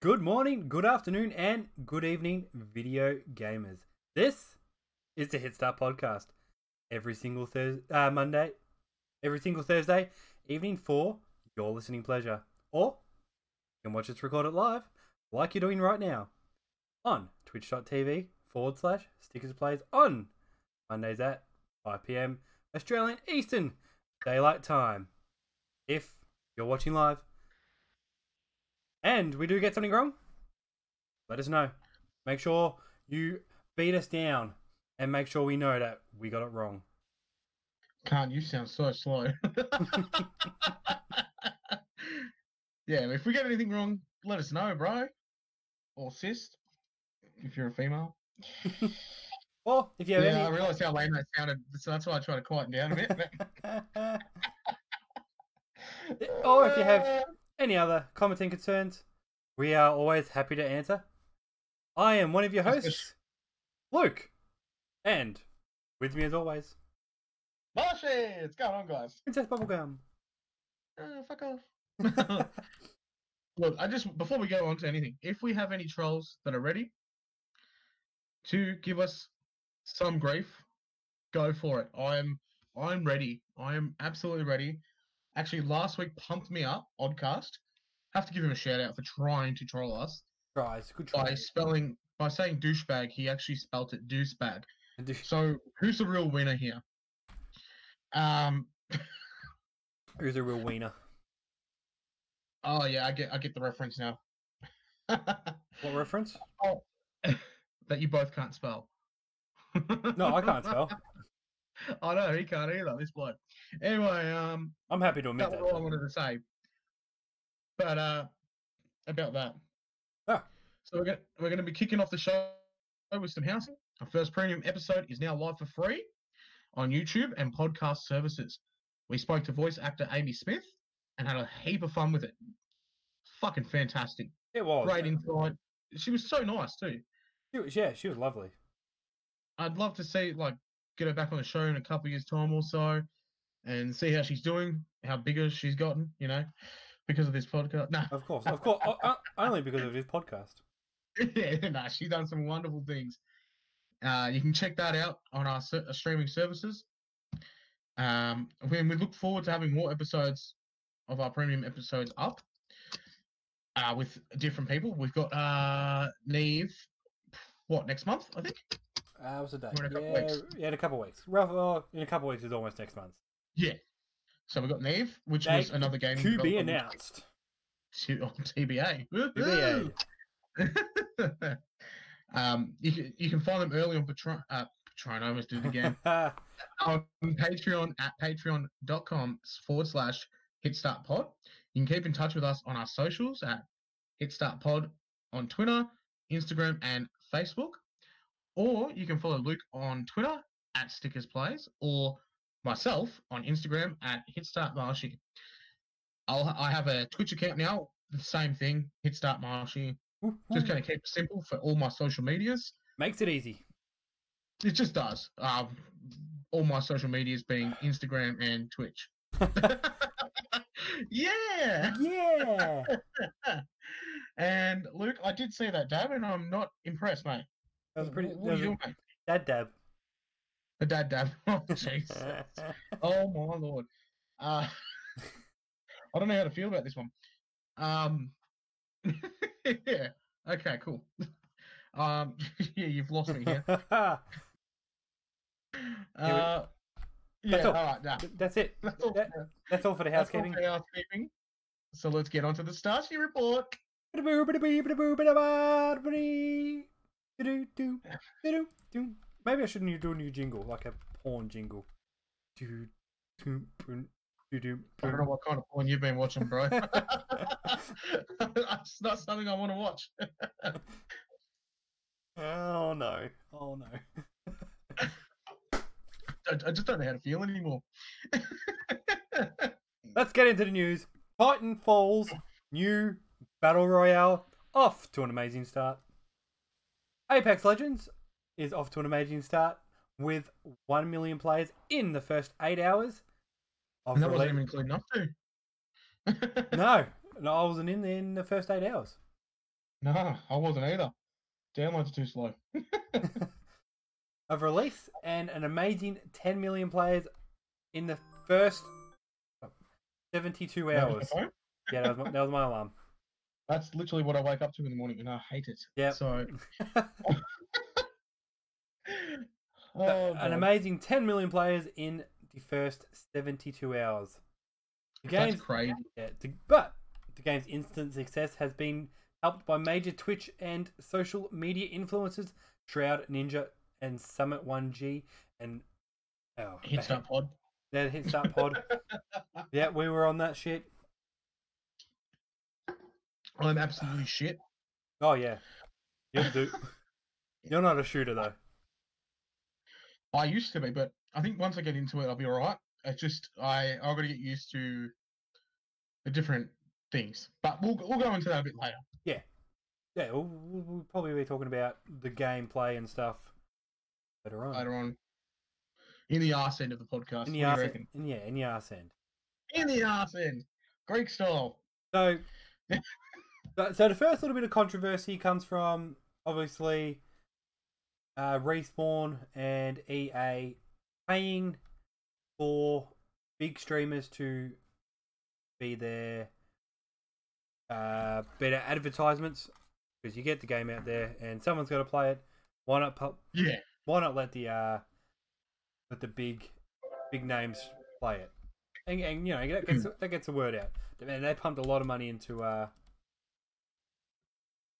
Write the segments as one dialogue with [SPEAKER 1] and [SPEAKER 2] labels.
[SPEAKER 1] Good morning, good afternoon, and good evening, video gamers. This is the Hit Start Podcast. Every single Thursday, uh, Monday, every single Thursday evening for your listening pleasure. Or you can watch us record it live, like you're doing right now, on twitch.tv forward slash stickers plays on Mondays at 5 pm Australian Eastern Daylight Time. If you're watching live, and we do get something wrong, let us know. Make sure you beat us down and make sure we know that we got it wrong.
[SPEAKER 2] Can't you sound so slow? yeah, if we get anything wrong, let us know, bro. Or sis, if you're a female.
[SPEAKER 1] Or if you
[SPEAKER 2] Yeah,
[SPEAKER 1] have
[SPEAKER 2] I realised how lame that sounded, so that's why I tried to quieten down a bit.
[SPEAKER 1] any. or if you have any other comments and concerns, we are always happy to answer. I am one of your hosts, Luke, and with me as always,
[SPEAKER 2] Marshy, what's going on, guys?
[SPEAKER 1] Princess Bubblegum.
[SPEAKER 2] Uh, fuck off. Look, I just before we go on to anything, if we have any trolls that are ready to give us some grief, go for it. I'm I'm ready. I am absolutely ready. Actually, last week pumped me up. Oddcast, have to give him a shout out for trying to troll us
[SPEAKER 1] Tries, good
[SPEAKER 2] by
[SPEAKER 1] try.
[SPEAKER 2] spelling by saying douchebag. He actually spelt it douchebag.
[SPEAKER 1] And if-
[SPEAKER 2] So who's the real winner here? Um.
[SPEAKER 1] Who's a real wiener?
[SPEAKER 2] Oh yeah, I get I get the reference now. that
[SPEAKER 1] What reference?
[SPEAKER 2] you both can't spell.
[SPEAKER 1] No, I can't spell.
[SPEAKER 2] I know he can't either. This bloke. Anyway, um,
[SPEAKER 1] I'm happy to admit
[SPEAKER 2] that
[SPEAKER 1] that.
[SPEAKER 2] was all I
[SPEAKER 1] though.
[SPEAKER 2] wanted to say. But uh, about that.
[SPEAKER 1] Ah.
[SPEAKER 2] So we're gonna we're gonna be kicking off the show with some housing. Our first premium episode is now live for free on YouTube and podcast services. We spoke to voice actor Amy Smith and had a heap of fun with it. Fucking fantastic.
[SPEAKER 1] It was.
[SPEAKER 2] great insight. She was so nice too.
[SPEAKER 1] She was- yeah, she was lovely.
[SPEAKER 2] I'd love to see like get her back on the show in a couple of years' time or so, and see how she's doing, how bigger she's gotten, you know, because of this podcast. Nah,
[SPEAKER 1] Of course, of course. o- o- only because of his podcast.
[SPEAKER 2] yeah, nah, she's done some wonderful things. Uh, you can check that out on our, ser- uh, streaming services. Um, when we look forward to having more episodes of our premium episodes up uh, with different people. We've got uh, Neve, what next month? I think.
[SPEAKER 1] Uh, what's the date?
[SPEAKER 2] We're in a couple
[SPEAKER 1] yeah,
[SPEAKER 2] weeks.
[SPEAKER 1] yeah, in a couple of weeks. Rough, oh, in a couple of weeks is almost next month.
[SPEAKER 2] Yeah. So we got Nave, which
[SPEAKER 1] Nave,
[SPEAKER 2] was another game
[SPEAKER 1] To be
[SPEAKER 2] developed on-
[SPEAKER 1] announced.
[SPEAKER 2] to- on TBA.
[SPEAKER 1] TBA.
[SPEAKER 2] Woohoo! um, you can you can find them early on Patreon. Uh, Patreon, I almost did it again. on Patreon at patreon.com forward slash hitstartpod. You can keep in touch with us on our socials at hitstartpod on Twitter, Instagram, and Facebook. Or you can follow Luke on Twitter at Stickers Plays or myself on Instagram at hitstartmarshy. I'll, I have a Twitch account now, the same thing, hitstartmarshy.
[SPEAKER 1] Hmm.
[SPEAKER 2] Just going to keep it simple for all my social medias.
[SPEAKER 1] Makes it easy.
[SPEAKER 2] It just does. Um, all my social medias being Instagram and Twitch. yeah.
[SPEAKER 1] Yeah.
[SPEAKER 2] And Luke, I did see that dab, and I'm not impressed, mate.
[SPEAKER 1] That was a pretty.
[SPEAKER 2] Wh-
[SPEAKER 1] That
[SPEAKER 2] What are
[SPEAKER 1] was
[SPEAKER 2] you
[SPEAKER 1] a,
[SPEAKER 2] doing, mate?
[SPEAKER 1] dad dab.
[SPEAKER 2] The dad dab. Oh, jeez. oh my lord. Uh, I don't know how to feel about this one. Um. yeah. Okay. Cool. Um. Yeah, you've lost me here.
[SPEAKER 1] we-
[SPEAKER 2] Uh, yeah.
[SPEAKER 1] all.
[SPEAKER 2] All right. Nah.
[SPEAKER 1] That's it.
[SPEAKER 2] That's all.
[SPEAKER 1] That-
[SPEAKER 2] for now.
[SPEAKER 1] That's all for the
[SPEAKER 2] That's all
[SPEAKER 1] housekeeping.
[SPEAKER 2] for housekeeping. So let's get on to the Starsky report.
[SPEAKER 1] Bidaboo, bidaboo, bidaboo, bidabaa, bidaboo. Bidoo, doo, bidoo, doo. Maybe I shouldn't do a new jingle, like a porn jingle. Doo, doo, boom, doo, doo,
[SPEAKER 2] I don't know
[SPEAKER 1] boom.
[SPEAKER 2] what kind of porn you've been watching, bro. That's not something I want to watch.
[SPEAKER 1] Oh no. Oh no.
[SPEAKER 2] Hmm. I, I just don't know how to feel anymore.
[SPEAKER 1] Let's get into the news. Titan Falls new battle royale off to an amazing start. Apex Legends is off to an amazing start. with 1 million players in the first eight hours of
[SPEAKER 2] And that wasn't
[SPEAKER 1] release.
[SPEAKER 2] even including up to.
[SPEAKER 1] No, no, I wasn't in there in the first eight hours.
[SPEAKER 2] no, I wasn't either. Downloads are too slow.
[SPEAKER 1] of release and an amazing 10 million players in the first 72
[SPEAKER 2] That was my
[SPEAKER 1] hours.
[SPEAKER 2] phone.
[SPEAKER 1] Yeah, that was my, that was my alarm.
[SPEAKER 2] That's literally what I wake up to in the morning, and I hate it.
[SPEAKER 1] Yep.
[SPEAKER 2] So.
[SPEAKER 1] Uh,
[SPEAKER 2] oh,
[SPEAKER 1] an
[SPEAKER 2] God.
[SPEAKER 1] amazing 10 million players in the first 72 hours. The
[SPEAKER 2] That's
[SPEAKER 1] game's,
[SPEAKER 2] crazy.
[SPEAKER 1] yeah, the- but the game's instant success has been helped by major Twitch and social media influencers Shroud Ninja and Summit 1G and oh,
[SPEAKER 2] Hit start pod.
[SPEAKER 1] that hit start pod. yeah, we were on that shit.
[SPEAKER 2] I'm absolutely shit.
[SPEAKER 1] Oh yeah, you'll do. You're not a shooter though.
[SPEAKER 2] I used to be, but I think once I get into it, I'll be all right. It's just I I've got to get used to the different things. But we'll we'll go into that a bit later.
[SPEAKER 1] Yeah, we'll, we'll we'll probably be talking about the gameplay and stuff later on.
[SPEAKER 2] later on in the arse end of the podcast.
[SPEAKER 1] in
[SPEAKER 2] what do
[SPEAKER 1] the
[SPEAKER 2] you
[SPEAKER 1] arse
[SPEAKER 2] reckon?
[SPEAKER 1] end. in- Yeah, in the arse end.
[SPEAKER 2] In the arse end, Greek style.
[SPEAKER 1] So, so, so the first little bit of controversy comes from obviously uh, Respawn and EA paying for big streamers to be their uh, better advertisements because you get the game out there and someone's got to play it. Why not? Pu-
[SPEAKER 2] Yeah,
[SPEAKER 1] why not let the uh, let the big big names play it? And, and you know that gets that gets the word out. Man, they pumped a lot of money into uh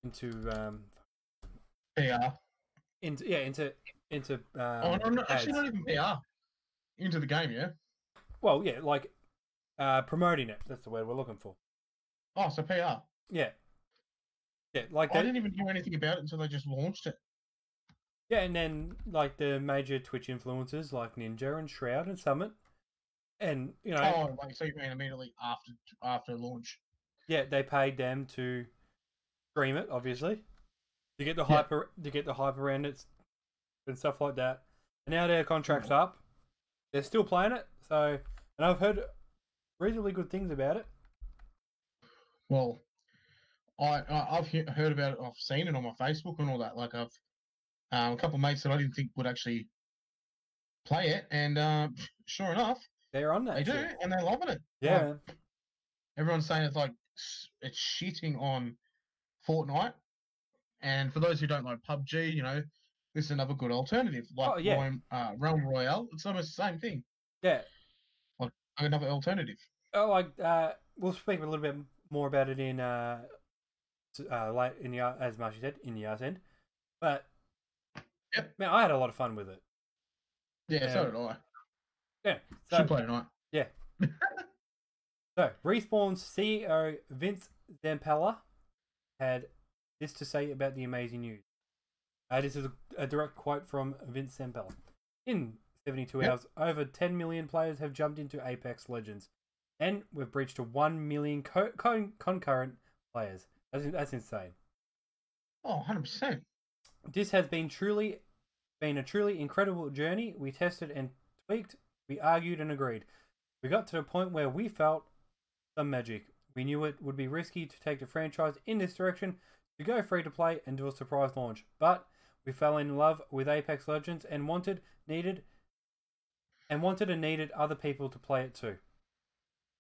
[SPEAKER 1] into um
[SPEAKER 2] PR.
[SPEAKER 1] into yeah into into um,
[SPEAKER 2] oh, no, no,
[SPEAKER 1] ads.
[SPEAKER 2] actually, not even PR. Into the game, yeah.
[SPEAKER 1] well yeah like uh promoting it. That's the word we're looking for.
[SPEAKER 2] Oh, so PR.
[SPEAKER 1] Yeah, yeah, like
[SPEAKER 2] Oh, I
[SPEAKER 1] that.
[SPEAKER 2] didn't e even hear anything about it until they just launched it.
[SPEAKER 1] Yeah, and then like the major Twitch influencers like Ninja and Shroud and Summit, and you know
[SPEAKER 2] Oh, like so you mean immediately after after launch?
[SPEAKER 1] Yeah, they paid them to stream it, obviously, to get the
[SPEAKER 2] Yeah.
[SPEAKER 1] hype ar- to get the hype around it and stuff like that. And now their contract's
[SPEAKER 2] Mm.
[SPEAKER 1] up. They're still playing it, so and I've heard reasonably good things about it.
[SPEAKER 2] Well, I, I I've he- heard about it. I've seen it on my Facebook and all that. Like I've um, a couple of mates that I didn't think would actually play it, and uh, sure enough,
[SPEAKER 1] They're on that.
[SPEAKER 2] they do,
[SPEAKER 1] shit.
[SPEAKER 2] and they're loving it.
[SPEAKER 1] Yeah.
[SPEAKER 2] Like, everyone's saying it's like s- it's shitting on Fortnite. And for those who don't like PUBG, you know, this is another good alternative. Like
[SPEAKER 1] Oh, yeah.
[SPEAKER 2] Roam- uh, Realm Royale, it's almost the same thing.
[SPEAKER 1] yeah.
[SPEAKER 2] Another alternative.
[SPEAKER 1] Oh, like uh, we'll speak a little bit more about it in uh, s- uh late in the ar- as Marshy said in the arse end, but
[SPEAKER 2] Yep.
[SPEAKER 1] man, I had a lot of fun with it.
[SPEAKER 2] Yeah, so
[SPEAKER 1] Yeah.
[SPEAKER 2] did I.
[SPEAKER 1] Yeah.
[SPEAKER 2] Should play tonight.
[SPEAKER 1] So, Respawn's CEO Vince Zampella had this to say about the amazing news. Uh, this is a, a direct quote from Vince Zampella. In 72
[SPEAKER 2] Yep.
[SPEAKER 1] hours, over 10 million players have jumped into Apex Legends, and we've breached to 1 million co- con- concurrent players. That's, in- that's insane.
[SPEAKER 2] Oh, 100%.
[SPEAKER 1] This has been truly been a truly incredible journey. We tested and tweaked, we argued and agreed. We got to the point where we felt some magic. We knew it would be risky to take the franchise in this direction, to go free to play and do a surprise launch. But we fell in love with Apex Legends and wanted, needed, and wanted and needed other people to play it too.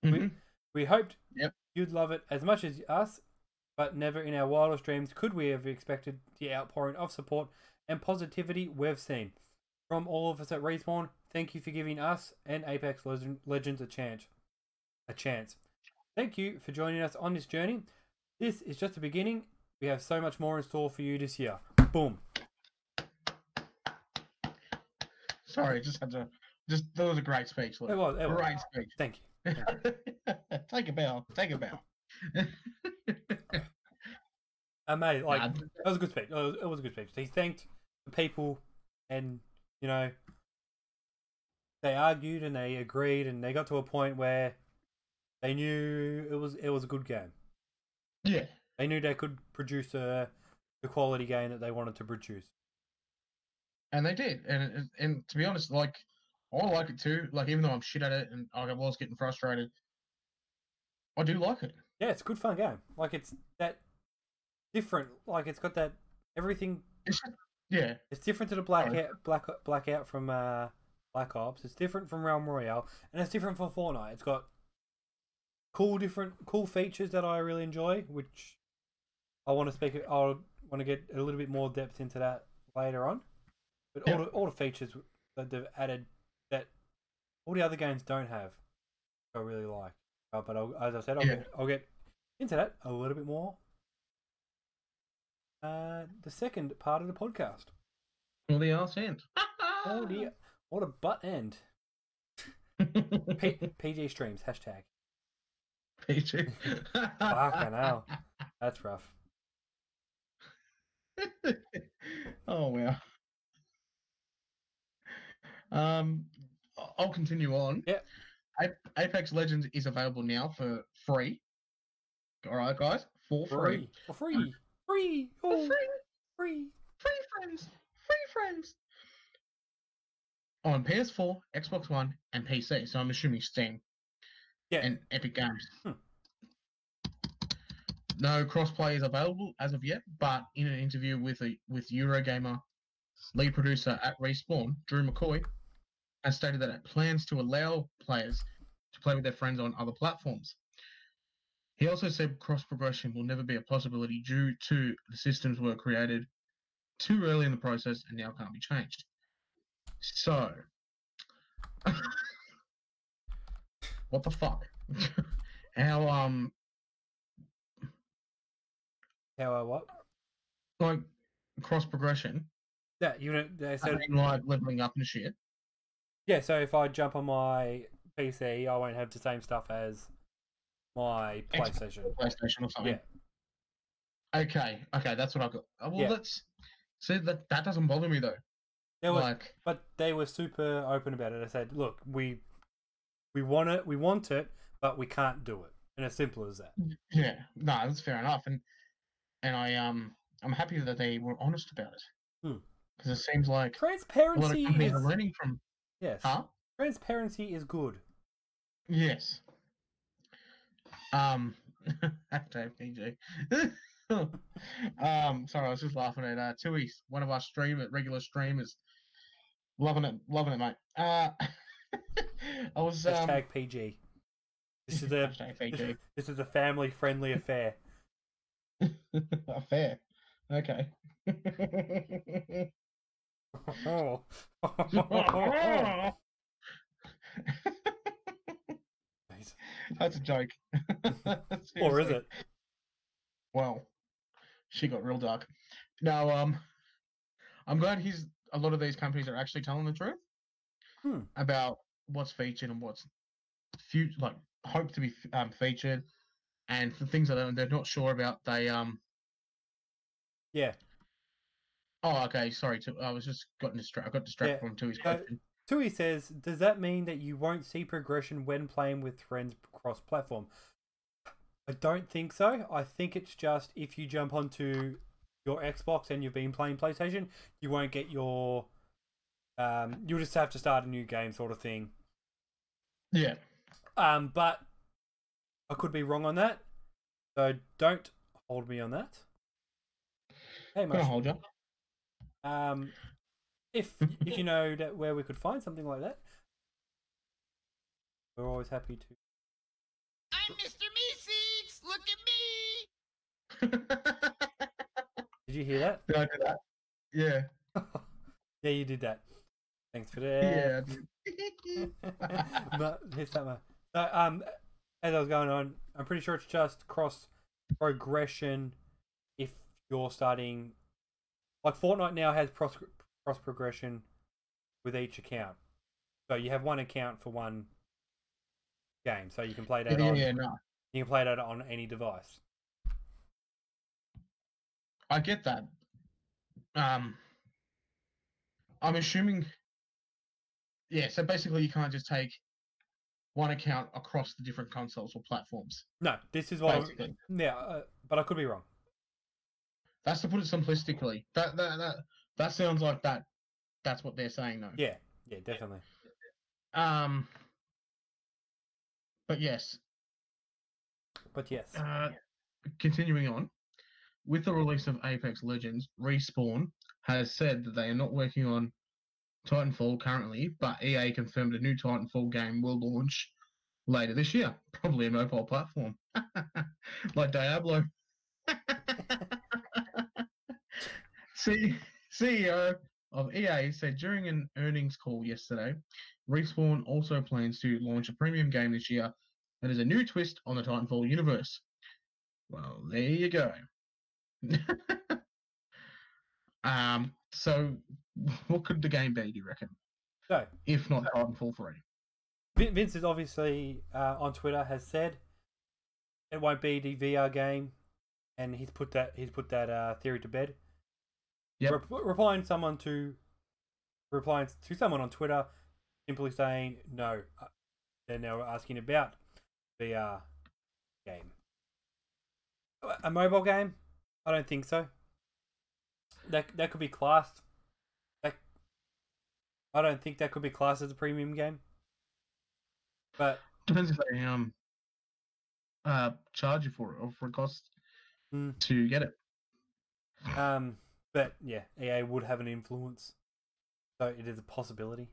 [SPEAKER 2] Mhm.
[SPEAKER 1] We hoped
[SPEAKER 2] Yep.
[SPEAKER 1] you'd love it as much as us, but never in our wildest dreams could we have expected the outpouring of support and positivity we've seen. From all of us at Respawn, thank you for giving us and Apex Legend- Legends a chance. A chance. Thank you for joining us on this journey. This is just the beginning. We have so much more in store for you this year. Boom.
[SPEAKER 2] Sorry, just had to. Just that was a great speech. Luke.
[SPEAKER 1] It was. It was.
[SPEAKER 2] Great speech.
[SPEAKER 1] Thank you.
[SPEAKER 2] take a bow. Take a bow.
[SPEAKER 1] Amazing. Like,
[SPEAKER 2] Nah,
[SPEAKER 1] That was a good speech. It was, it was a good speech. He thanked the people, and you know, they argued and they agreed, and they got to a point where they knew it was it was a good game.
[SPEAKER 2] yeah.
[SPEAKER 1] uh, They knew they could produce a the quality game that they wanted to produce.
[SPEAKER 2] and they did. And and- and to be honest, like I like it too. Like even though I'm shit at it and I was getting frustrated, I do like it.
[SPEAKER 1] Yeah, it's a good fun game. Like it's that different. Like it's got that everything.
[SPEAKER 2] Yeah,
[SPEAKER 1] It's different to the blackout, black blackout from uh, Black Ops. It's different from Realm Royale, and it's different from Fortnite. It's got cool different cool features that I really enjoy, which I want to speak. I want to get a little bit more depth into that later on. But all
[SPEAKER 2] Yeah.
[SPEAKER 1] the, all the features that they've added that all the other games don't have, I really like. Uh, but I'll, as I said, I'll,
[SPEAKER 2] Yeah.
[SPEAKER 1] get, I'll get into that a little bit more. Uh, the second part of the podcast,
[SPEAKER 2] all the arse end.
[SPEAKER 1] oh dear, what a butt end. P- PG streams hashtag.
[SPEAKER 2] PG.
[SPEAKER 1] Fucking hell. That's rough.
[SPEAKER 2] oh wow. Um, I- I'll continue on.
[SPEAKER 1] Yeah.
[SPEAKER 2] A- Apex Legends is available now for free. All right, guys, for free.
[SPEAKER 1] Free, For free, free,
[SPEAKER 2] For
[SPEAKER 1] oh,
[SPEAKER 2] free,
[SPEAKER 1] free.
[SPEAKER 2] free friends, free friends. On PS4, Xbox One, and PC. So I'm assuming Steam
[SPEAKER 1] Yeah,
[SPEAKER 2] and Epic Games.
[SPEAKER 1] Hmm.
[SPEAKER 2] No crossplay is available as of yet, but in an interview with a with Eurogamer lead producer at Respawn, Drew McCoy, has stated that it plans to allow players to play with their friends on other platforms. He also said cross progression will never be a possibility due to the systems were created too early in the process and now can't be changed. So, what the fuck? How um
[SPEAKER 1] how I what?
[SPEAKER 2] like cross progression
[SPEAKER 1] Yeah, you know they
[SPEAKER 2] I
[SPEAKER 1] said
[SPEAKER 2] mean, like leveling up and shit.
[SPEAKER 1] yeah. So if I jump on my PC, I won't have the same stuff as my
[SPEAKER 2] Xbox.
[SPEAKER 1] PlayStation.
[SPEAKER 2] PlayStation or something. Okay, okay, that's what I got. Oh, well,
[SPEAKER 1] Yeah.
[SPEAKER 2] that's see that that doesn't bother me though.
[SPEAKER 1] There was
[SPEAKER 2] like,
[SPEAKER 1] but they were super open about it. They said, "Look, we we want it, we want it, but we can't do it." And as simple as
[SPEAKER 2] Hmm.
[SPEAKER 1] that.
[SPEAKER 2] yeah, no, that's fair enough, and and I um I'm happy that they were honest about it
[SPEAKER 1] Hmm.
[SPEAKER 2] because it seems like a lot of
[SPEAKER 1] Transparency
[SPEAKER 2] companies
[SPEAKER 1] is
[SPEAKER 2] are learning from.
[SPEAKER 1] yes.
[SPEAKER 2] Huh?
[SPEAKER 1] Transparency is good.
[SPEAKER 2] Yes. Um, hashtag PG. um, sorry, I was just laughing at uh, Tui, one of our streamer, regular streamers. Loving it, loving it, mate. Uh, I was um,
[SPEAKER 1] Hashtag PG. This is a
[SPEAKER 2] hashtag
[SPEAKER 1] this
[SPEAKER 2] PG.
[SPEAKER 1] is- this is a family friendly affair.
[SPEAKER 2] Oh, Fair. Okay.
[SPEAKER 1] Oh. Jeez.
[SPEAKER 2] That's a joke.
[SPEAKER 1] or is
[SPEAKER 2] Seriously.
[SPEAKER 1] it?
[SPEAKER 2] Well, she got real dark. Now, um, I'm glad he's a lot of these companies are actually telling the truth
[SPEAKER 1] Hmm.
[SPEAKER 2] about what's featured and what's future, like hope to be f- um, featured, and the things that they're- they're not sure about. They um.
[SPEAKER 1] Yeah.
[SPEAKER 2] Oh, okay. Sorry, to, I was just gotten distracted. I got distracted
[SPEAKER 1] Yeah,
[SPEAKER 2] from Tui's
[SPEAKER 1] no,
[SPEAKER 2] question.
[SPEAKER 1] Tui says, "Does that mean that you won't see progression when playing with friends cross-platform?" I don't think so. I think it's just if you jump onto your Xbox and you've been playing PlayStation, you won't get your. Um, you'll just have to start a new game, sort of thing.
[SPEAKER 2] Yeah.
[SPEAKER 1] Um, but I could be wrong on that, so don't hold me on that. Hey,
[SPEAKER 2] Gonna
[SPEAKER 1] much.
[SPEAKER 2] hold you.
[SPEAKER 1] Um, if if you know that where we could find something like that, we're always happy to.
[SPEAKER 3] I'm Mr. Meeseeks! Look at me!
[SPEAKER 1] Did you hear that?
[SPEAKER 2] Did I do that? Yeah.
[SPEAKER 1] Yeah, you did that. Thanks for
[SPEAKER 2] Yeah.
[SPEAKER 1] that.
[SPEAKER 2] I did.
[SPEAKER 1] but it's that much. So, um, as I was going on, I'm pretty sure it's just cross progression. If you're starting, like Fortnite now has cross cross progression with each account, so you have one account for one game, so you can play that
[SPEAKER 2] yeah,
[SPEAKER 1] on.
[SPEAKER 2] yeah, no.
[SPEAKER 1] You can play that on any device.
[SPEAKER 2] I get that. Um, I'm assuming. Yeah, so basically, you can't just take one account across the different consoles or platforms.
[SPEAKER 1] No, this is what.
[SPEAKER 2] Basically,
[SPEAKER 1] Yeah, uh, but I could be wrong.
[SPEAKER 2] that's to put it simplistically. That that that that sounds like that That's what they're saying, though.
[SPEAKER 1] Yeah, yeah, definitely.
[SPEAKER 2] Um. But yes,
[SPEAKER 1] But yes,
[SPEAKER 2] uh, continuing on, with the release of Apex Legends, Respawn has said that they are not working on Titanfall currently, but EA confirmed a new Titanfall game will launch later this year, probably a mobile platform, like Diablo. See, CEO E of EA said during an earnings call yesterday, Respawn also plans to launch a premium game this year that is a new twist on the Titanfall universe. Well, there you go. um, so what could the game be, do you reckon?
[SPEAKER 1] so
[SPEAKER 2] If not Titanfall 3.
[SPEAKER 1] Vin- Vince is obviously uh, on Twitter has said it won't be the VR game, and he's put that he's put that uh, theory to bed.
[SPEAKER 2] Yep.
[SPEAKER 1] Rep- replying someone to replying to someone on Twitter, simply saying no. uh, They're now asking about VR game, A- a mobile game. I don't think so. That that could be classed. That I don't think that could be classed as a premium game. But
[SPEAKER 2] Depends if they um uh charge you for it or for it costs
[SPEAKER 1] Mm.
[SPEAKER 2] to get it.
[SPEAKER 1] um, but yeah, EA would have an influence, so it is a possibility.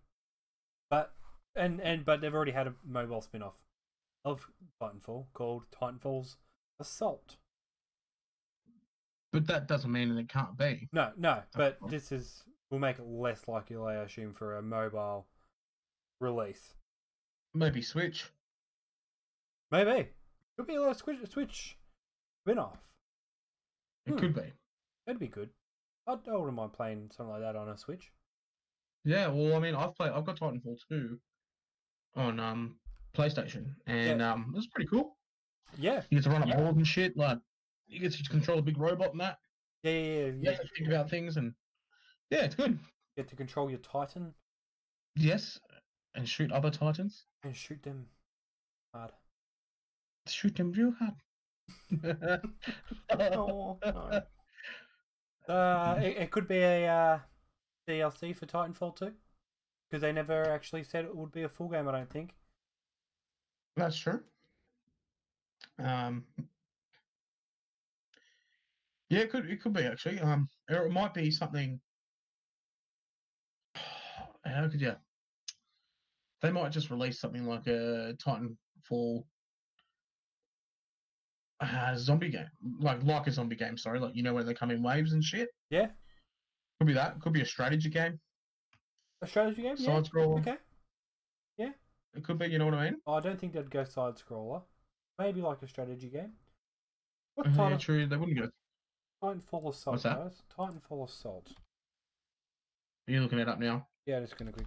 [SPEAKER 1] But and and but they've already had a mobile spin-off of Titanfall called Titanfall's Assault.
[SPEAKER 2] But that doesn't mean that it can't be.
[SPEAKER 1] No, no, but
[SPEAKER 2] Titanfall.
[SPEAKER 1] this is will make it less likely, I assume, for a mobile release.
[SPEAKER 2] Maybe Switch.
[SPEAKER 1] Maybe could be a little Switch Switch spin-off.
[SPEAKER 2] It
[SPEAKER 1] Hmm.
[SPEAKER 2] could be.
[SPEAKER 1] That'd be good. I'd, I wouldn't mind playing something like that on a Switch.
[SPEAKER 2] Yeah, well I mean I've played I've got Titanfall 2 on um PlayStation and um it was pretty cool.
[SPEAKER 1] Yeah,
[SPEAKER 2] You get to run a board and shit. Like you get to control a big robot and that.
[SPEAKER 1] yeah, yeah, yeah.
[SPEAKER 2] You
[SPEAKER 1] yeah.
[SPEAKER 2] have to think about things and yeah, it's good.
[SPEAKER 1] Get to control your Titan.
[SPEAKER 2] Yes, and shoot other titans.
[SPEAKER 1] and shoot them hard.
[SPEAKER 2] Shoot them real hard.
[SPEAKER 1] Oh, Uh, it, it could be a uh, DLC for Titanfall 2 because they never actually said it would be a full game. I don't think.
[SPEAKER 2] That's true. Um, yeah, it could it could be actually. Um, or it might be something. How could you? They might just release something like a Titanfall uh, zombie game, like like a zombie game. Sorry, like you know when they come in waves and shit.
[SPEAKER 1] Yeah,
[SPEAKER 2] Could be that. Could be a strategy game,
[SPEAKER 1] a strategy game. Yeah.
[SPEAKER 2] side scroll.
[SPEAKER 1] Okay. Oh,
[SPEAKER 2] It could be. You know what I mean?
[SPEAKER 1] I don't think they'd go side scroller. Maybe like a strategy game. What
[SPEAKER 2] Uh, Yeah,
[SPEAKER 1] Titan,
[SPEAKER 2] true. They wouldn't go.
[SPEAKER 1] Titanfall Assault?
[SPEAKER 2] Mm-hmm. What's that?
[SPEAKER 1] Guys? Titanfall Assault.
[SPEAKER 2] Are you looking it up now?
[SPEAKER 1] Yeah, just gonna quick.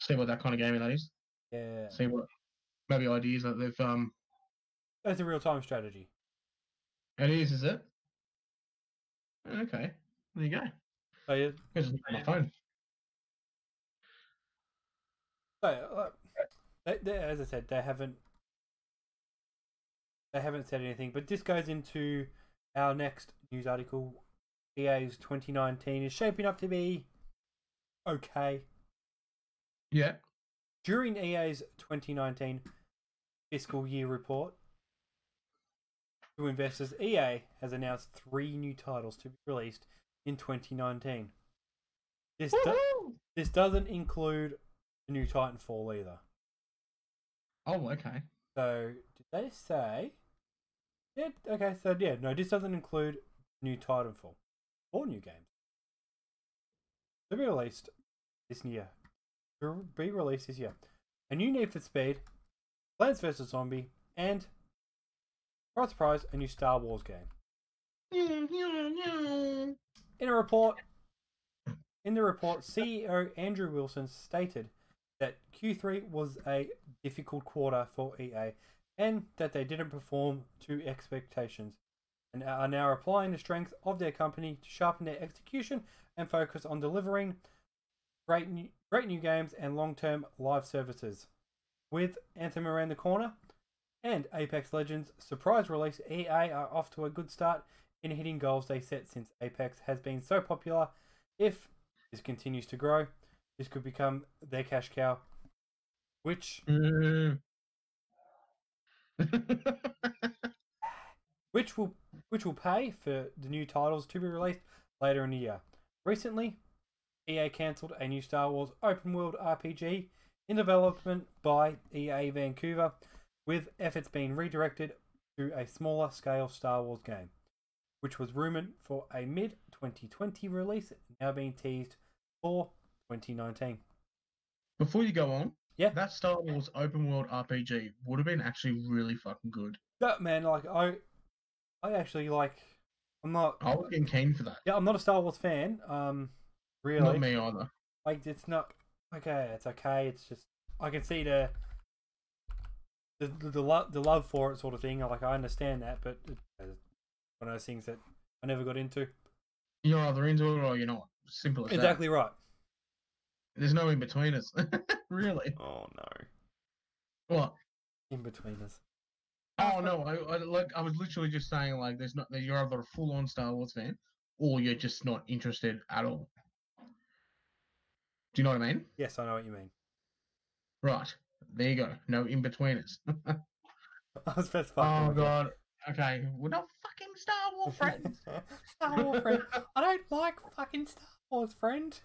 [SPEAKER 2] See what that kind of game that is.
[SPEAKER 1] Yeah,
[SPEAKER 2] see what maybe ideas that they've um
[SPEAKER 1] that's a real time strategy.
[SPEAKER 2] it is is it okay there you go
[SPEAKER 1] So yeah,
[SPEAKER 2] This is on my phone
[SPEAKER 1] So, uh, they, they, as I said, they haven't they haven't said anything. But this goes into our next news article. E EA's 2019 is shaping up to be okay.
[SPEAKER 2] yeah
[SPEAKER 1] During E EA's 2019 fiscal year report to investors, EA has announced three new titles to be released in 2019. This do-
[SPEAKER 2] Woohoo!
[SPEAKER 1] this doesn't include the new Titanfall either.
[SPEAKER 2] oh okay
[SPEAKER 1] So did they say? Yeah. Okay. So yeah. No, this doesn't include new Titanfall or new games to be released this year. To be released this year, a new Need for Speed, Plants vs Zombie, and surprise, surprise, a new Star Wars game. Mm. In a report, in the report, CEO Andrew Wilson stated that Q3 was a difficult quarter for EA and that they didn't perform to expectations and are now applying the strength of their company to sharpen their execution and focus on delivering great new, great new games and long-term live services. With Anthem around the corner and Apex Legends surprise release, EA are off to a good start in hitting goals they set since Apex has been so popular. If This continues to grow. This could become their cash cow, which
[SPEAKER 2] Mm.
[SPEAKER 1] which will which will pay for the new titles to be released later in the year. Recently, EA cancelled a new Star Wars open world RPG in development by EA Vancouver, with efforts being redirected to a smaller scale Star Wars game, which was rumored for a mid 2020 release, now being teased for 2019.
[SPEAKER 2] Before you go on,
[SPEAKER 1] Yeah.
[SPEAKER 2] that Star Wars open world RPG would have been actually really fucking good.
[SPEAKER 1] That man, like I, I actually like. I'm not.
[SPEAKER 2] I would have been keen for that.
[SPEAKER 1] Yeah, I'm not a Star Wars fan. Um, really.
[SPEAKER 2] Not me either.
[SPEAKER 1] like it's not okay it's okay it's just i can see the the the, the, lo- the love for it sort of thing like i understand that but it's one of those things that i never got into
[SPEAKER 2] You're either into it or you're not. Simple as that.
[SPEAKER 1] exactly right
[SPEAKER 2] There's no in between us. really?
[SPEAKER 4] Oh no.
[SPEAKER 2] What?
[SPEAKER 1] in between us
[SPEAKER 2] Oh no! I, I like I was literally just saying like there's not that you're either a full on Star Wars fan or you're just not interested at all. Do you know what I mean?
[SPEAKER 1] yes i know what you mean
[SPEAKER 2] Right. There you go. No in betweeners.
[SPEAKER 1] i was best
[SPEAKER 2] Oh god. Okay, we're not fucking Star Wars friends.
[SPEAKER 1] star wars friend i don't like fucking star wars friend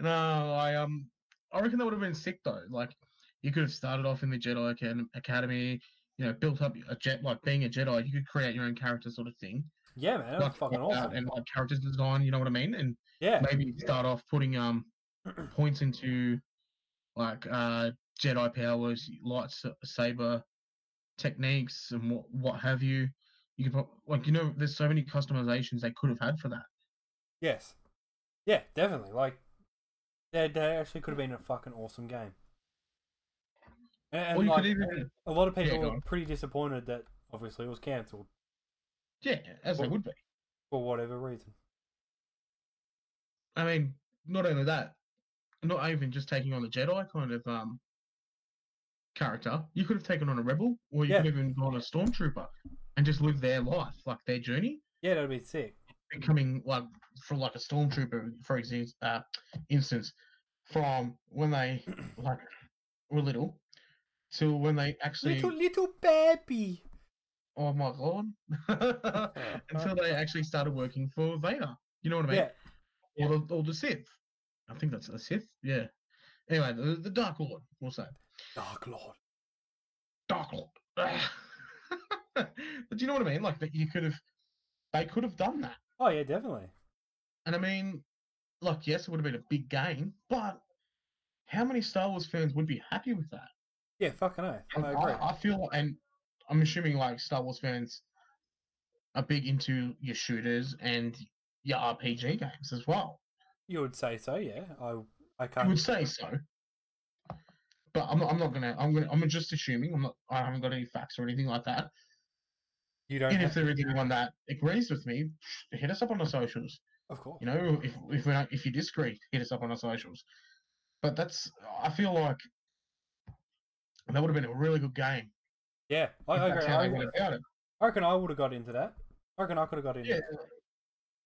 [SPEAKER 2] no, I um, I reckon that would have been sick though. Like, you could have started off in the Jedi Acad- Academy, you know, built up a jet like being a Jedi. You could create your own character sort of thing,
[SPEAKER 1] yeah man that's
[SPEAKER 2] like
[SPEAKER 1] fucking
[SPEAKER 2] like that,
[SPEAKER 1] awesome
[SPEAKER 2] and like character design. You know what I mean? And
[SPEAKER 1] yeah
[SPEAKER 2] maybe start off putting um points into like uh Jedi powers, light saber techniques, and what what have you. You could prob- like you know, there's so many customizations they could have had for that.
[SPEAKER 1] yes yeah definitely like they, they actually could have been a fucking awesome game and, and,
[SPEAKER 2] or you
[SPEAKER 1] like,
[SPEAKER 2] could even
[SPEAKER 1] A lot of
[SPEAKER 2] Yeah,
[SPEAKER 1] people
[SPEAKER 2] go
[SPEAKER 1] were
[SPEAKER 2] on.
[SPEAKER 1] pretty disappointed that obviously it was cancelled
[SPEAKER 2] yeah, as they
[SPEAKER 1] Or-
[SPEAKER 2] would be.
[SPEAKER 1] for whatever reason.
[SPEAKER 2] I mean, not only that, not even just taking on the Jedi kind of um character, you could have taken on a rebel, or you
[SPEAKER 1] Yeah.
[SPEAKER 2] could have even gone a stormtrooper and just live their life, like their journey,
[SPEAKER 1] Yeah, that'd be sick.
[SPEAKER 2] becoming like from like a stormtrooper, for example, uh, instance, from when they like were little to when they actually
[SPEAKER 1] Little little baby.
[SPEAKER 2] oh my god until they actually started working for Vader. You know what I mean?
[SPEAKER 1] Yeah,
[SPEAKER 2] or the, or the Sith. I think that's the Sith. Yeah. Anyway, the, the Dark Lord. We'll say
[SPEAKER 1] Dark Lord.
[SPEAKER 2] Dark Lord. but do you know what I mean? Like that you could have, they could have done that.
[SPEAKER 1] Oh yeah, definitely.
[SPEAKER 2] And I mean, like yes, it would have been a big game, but how many Star Wars fans would be happy with that?
[SPEAKER 1] Yeah, fucking oath. I
[SPEAKER 2] And
[SPEAKER 1] agree.
[SPEAKER 2] I, I feel, and I'm assuming like Star Wars fans are big into your shooters and your RPG games as well.
[SPEAKER 1] You would say so, yeah. I I
[SPEAKER 2] I would
[SPEAKER 1] can't
[SPEAKER 2] say so. But I'm not, I'm not gonna I'm gonna I'm just assuming I'm not I haven't got any facts or anything like that.
[SPEAKER 1] you don't
[SPEAKER 2] And
[SPEAKER 1] have,
[SPEAKER 2] if there is anyone that agrees with me, hit us up on the socials.
[SPEAKER 1] of course.
[SPEAKER 2] You know, if if we don't, if you disagree, hit us up on our socials. But that's I feel like that would have been a really good game.
[SPEAKER 1] yeah, I,
[SPEAKER 2] if
[SPEAKER 1] I
[SPEAKER 2] that's
[SPEAKER 1] agree.
[SPEAKER 2] how
[SPEAKER 1] I,
[SPEAKER 2] they went about it.
[SPEAKER 1] I reckon I would have got into that. I reckon I could have got into
[SPEAKER 2] Yeah.
[SPEAKER 1] it.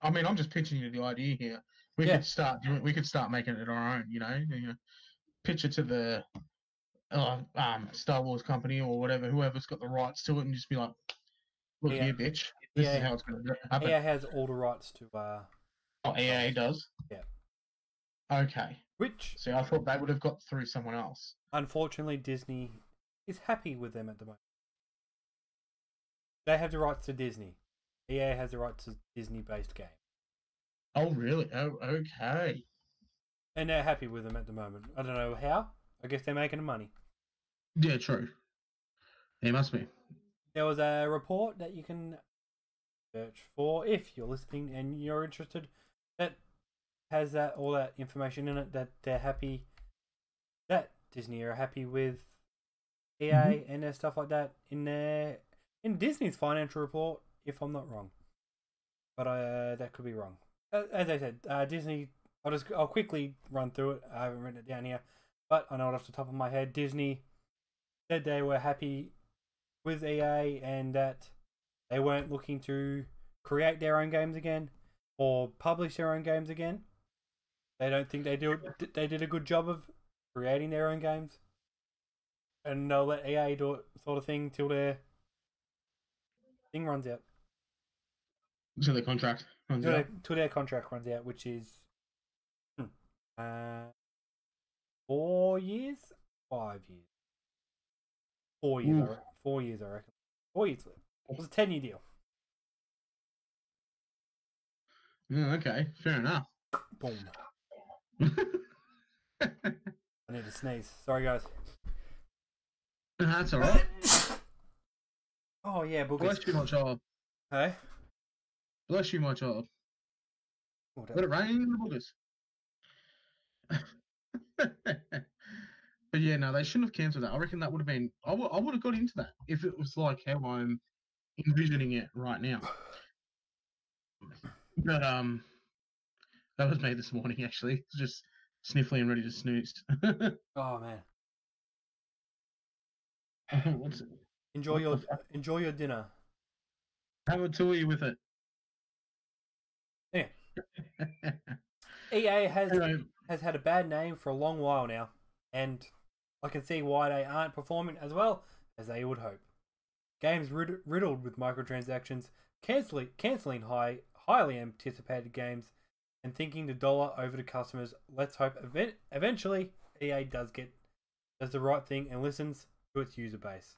[SPEAKER 2] I mean, I'm just pitching you the idea here. We
[SPEAKER 1] Yeah.
[SPEAKER 2] could start doing. We could start making it our own. You know, you know pitch it to the uh, um, Star Wars company or whatever, whoever's got the rights to it, and just be like, "Look
[SPEAKER 1] Yeah.
[SPEAKER 2] here, bitch. This
[SPEAKER 1] Yeah.
[SPEAKER 2] is how it's going to happen."
[SPEAKER 1] EA has all the rights to uh
[SPEAKER 2] Oh, EA does.
[SPEAKER 1] Yeah.
[SPEAKER 2] Okay.
[SPEAKER 1] which
[SPEAKER 2] See, I thought they would have got through someone else.
[SPEAKER 1] unfortunately Disney is happy with them at the moment. They have the rights to Disney. EA has the rights to Disney based games.
[SPEAKER 2] Oh, really? Oh, okay.
[SPEAKER 1] And they're happy with them at the moment. I don't know how. I guess they're making the money.
[SPEAKER 2] Yeah, true. They must be.
[SPEAKER 1] There was a report that you can search for if you're listening and you're interested. That has that all that information in it that they're happy that Disney are happy with EA and their stuff like that in their in Disney's financial report. If I'm not wrong, but uh, that could be wrong. Uh, As I said, uh, Disney. I'll just I'll quickly run through it. I haven't written it down here, but I know it off the top of my head. Disney said they were happy with E EA and that they weren't looking to create their own games again. or publish their own games again. They don't think they do. They did a good job of creating their own games, and they'll let EA do it, sort of thing, till their thing runs out.
[SPEAKER 2] So the contract. runs
[SPEAKER 1] Till,
[SPEAKER 2] out.
[SPEAKER 1] their, till their contract runs out, which is hmm, uh, four years, five years, four years, I
[SPEAKER 2] Oof.
[SPEAKER 1] re- four years, I reckon. Four years. left. It was a ten-year deal.
[SPEAKER 2] Yeah, okay, fair enough.
[SPEAKER 1] Boom. I need to sneeze. Sorry, guys.
[SPEAKER 2] That's all right.
[SPEAKER 1] Oh yeah, boogers.
[SPEAKER 2] Bless you, my child.
[SPEAKER 1] Hey.
[SPEAKER 2] Bless you, my child.
[SPEAKER 1] Oh, that-
[SPEAKER 2] Let it rain in the boogers. but yeah, no, they shouldn't have cancelled that. I reckon that would have been. I would. I would have got into that if it was like how I'm envisioning it right now. But um, that was me this morning actually, just sniffling and ready to snooze.
[SPEAKER 1] Oh man.
[SPEAKER 2] What's it?
[SPEAKER 1] Enjoy
[SPEAKER 2] What the
[SPEAKER 1] your enjoy your dinner.
[SPEAKER 2] Have a toy with it.
[SPEAKER 1] Yeah. EA E has
[SPEAKER 2] Anyway,
[SPEAKER 1] has had a bad name for a long while now, and I can see why they aren't performing as well as they would hope. Games rid- riddled with microtransactions, cancelling cancelling high highly anticipated games, and thinking the dollar over to customers. Let's hope event- eventually EA does get does the right thing and listens to its user base.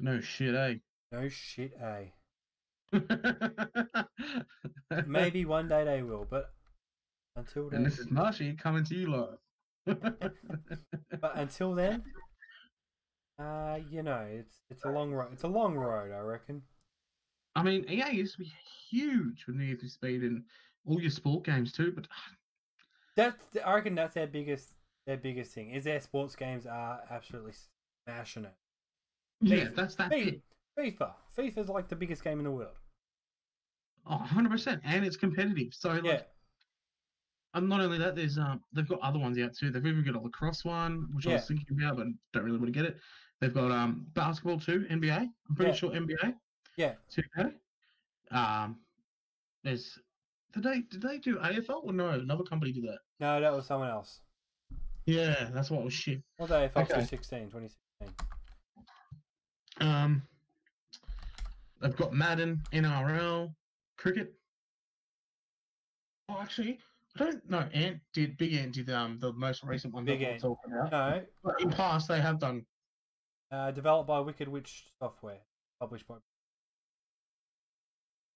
[SPEAKER 2] no shit, eh?
[SPEAKER 1] No shit, eh?
[SPEAKER 2] Maybe.
[SPEAKER 1] Maybe one day they will, but until then,
[SPEAKER 2] And this is Marshy coming to you live.
[SPEAKER 1] but until then, uh, you know, it's it's a long road. It's a long road, I reckon.
[SPEAKER 2] I mean, EA used to be huge with Need for Speed and all your sport games too, but
[SPEAKER 1] That's I reckon that's their biggest their biggest thing is their sports games are absolutely smashing it.
[SPEAKER 2] yeah,
[SPEAKER 1] FIFA.
[SPEAKER 2] that's that
[SPEAKER 1] Fi-
[SPEAKER 2] bit.
[SPEAKER 1] FIFA, FIFA's like the biggest game in the world.
[SPEAKER 2] Oh, 100%. And it's competitive. So, like,
[SPEAKER 1] Yeah,
[SPEAKER 2] and not only that, there's um, they've got other ones out too. They've even got a lacrosse one, which I was
[SPEAKER 1] Yeah.
[SPEAKER 2] thinking about, but don't really want to get it. They've got um, basketball too, NBA. I'm pretty
[SPEAKER 1] Yeah.
[SPEAKER 2] sure NBA.
[SPEAKER 1] yeah.
[SPEAKER 2] 2K. Um, there's did they did they do AFL or no? Another company did that.
[SPEAKER 1] No, that was someone else.
[SPEAKER 2] Yeah, that's what was shit.
[SPEAKER 1] What day? FX
[SPEAKER 2] Okay.
[SPEAKER 1] 16, 2016.
[SPEAKER 2] Um, they've got Madden, NRL, cricket. Oh, actually, I don't know. Ant did Big Ant did um the most recent one
[SPEAKER 1] Big
[SPEAKER 2] that
[SPEAKER 1] Ant.
[SPEAKER 2] we're talking about.
[SPEAKER 1] No,
[SPEAKER 2] But in past, they have done.
[SPEAKER 1] uh, developed by Wicked Witch Software, published by.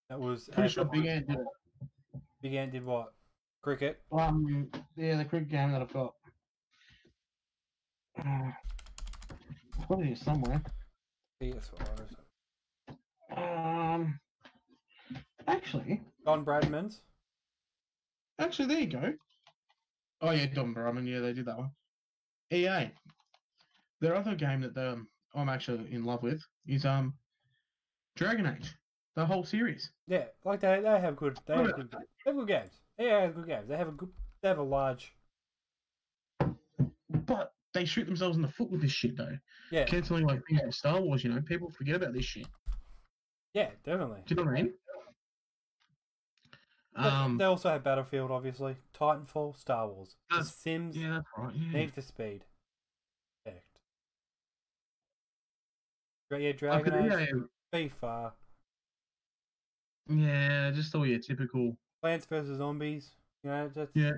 [SPEAKER 1] That was
[SPEAKER 2] Pretty
[SPEAKER 1] AFL
[SPEAKER 2] sure Big Ant did. it.
[SPEAKER 1] Big Ant did what? Cricket.
[SPEAKER 2] Um, yeah, the cricket game that I've got. Uh, I've got it here somewhere.
[SPEAKER 1] PS4.
[SPEAKER 2] Um, actually,
[SPEAKER 1] Don Bradman's.
[SPEAKER 2] actually, there you go. Oh yeah, Don Brumman. Yeah, they did that one. EA. Their other game that um, I'm actually in love with is um, Dragon Age, the whole series.
[SPEAKER 1] Yeah, like they they have good they
[SPEAKER 2] Oh,
[SPEAKER 1] have
[SPEAKER 2] yeah.
[SPEAKER 1] good, they have good games. They have good games. They have a good they have a large
[SPEAKER 2] But they shoot themselves in the foot with this shit though.
[SPEAKER 1] yeah
[SPEAKER 2] Canceling like things like Star Wars, you know, people forget about this shit.
[SPEAKER 1] yeah definitely.
[SPEAKER 2] Do you know what I mean?
[SPEAKER 1] But
[SPEAKER 2] Um,
[SPEAKER 1] they also have Battlefield, obviously, Titanfall, Star Wars, The
[SPEAKER 2] That's-
[SPEAKER 1] Sims,
[SPEAKER 2] yeah, that's right. Yeah.
[SPEAKER 1] Need for Speed. Perfect. Dra- Yeah,
[SPEAKER 2] Like,
[SPEAKER 1] Dragon Age,
[SPEAKER 2] EA
[SPEAKER 1] FIFA,
[SPEAKER 2] E yeah, just all your typical
[SPEAKER 1] Plants vs Zombies. You know that's
[SPEAKER 2] Yeah.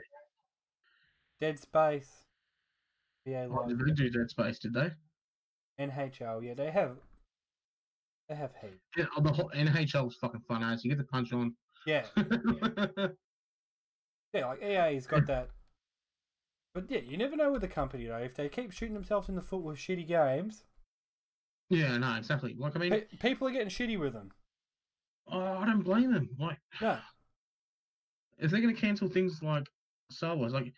[SPEAKER 1] Dead Space. E Yeah,
[SPEAKER 2] like,
[SPEAKER 1] like
[SPEAKER 2] did they do Dead Space, did they?
[SPEAKER 1] NHL. Yeah, they have they have heaps.
[SPEAKER 2] Yeah, oh, the whole NHL was fucking fun as you get the punch on.
[SPEAKER 1] Yeah. Yeah, like EA's got that. But yeah, you never know with the company though. If they keep shooting themselves in the foot with shitty games,
[SPEAKER 2] yeah, no, exactly. Like I mean,
[SPEAKER 1] pe- people are getting shitty with them.
[SPEAKER 2] oh, I don't blame them. Like
[SPEAKER 1] No,
[SPEAKER 2] if they're gonna cancel things like Star Wars, like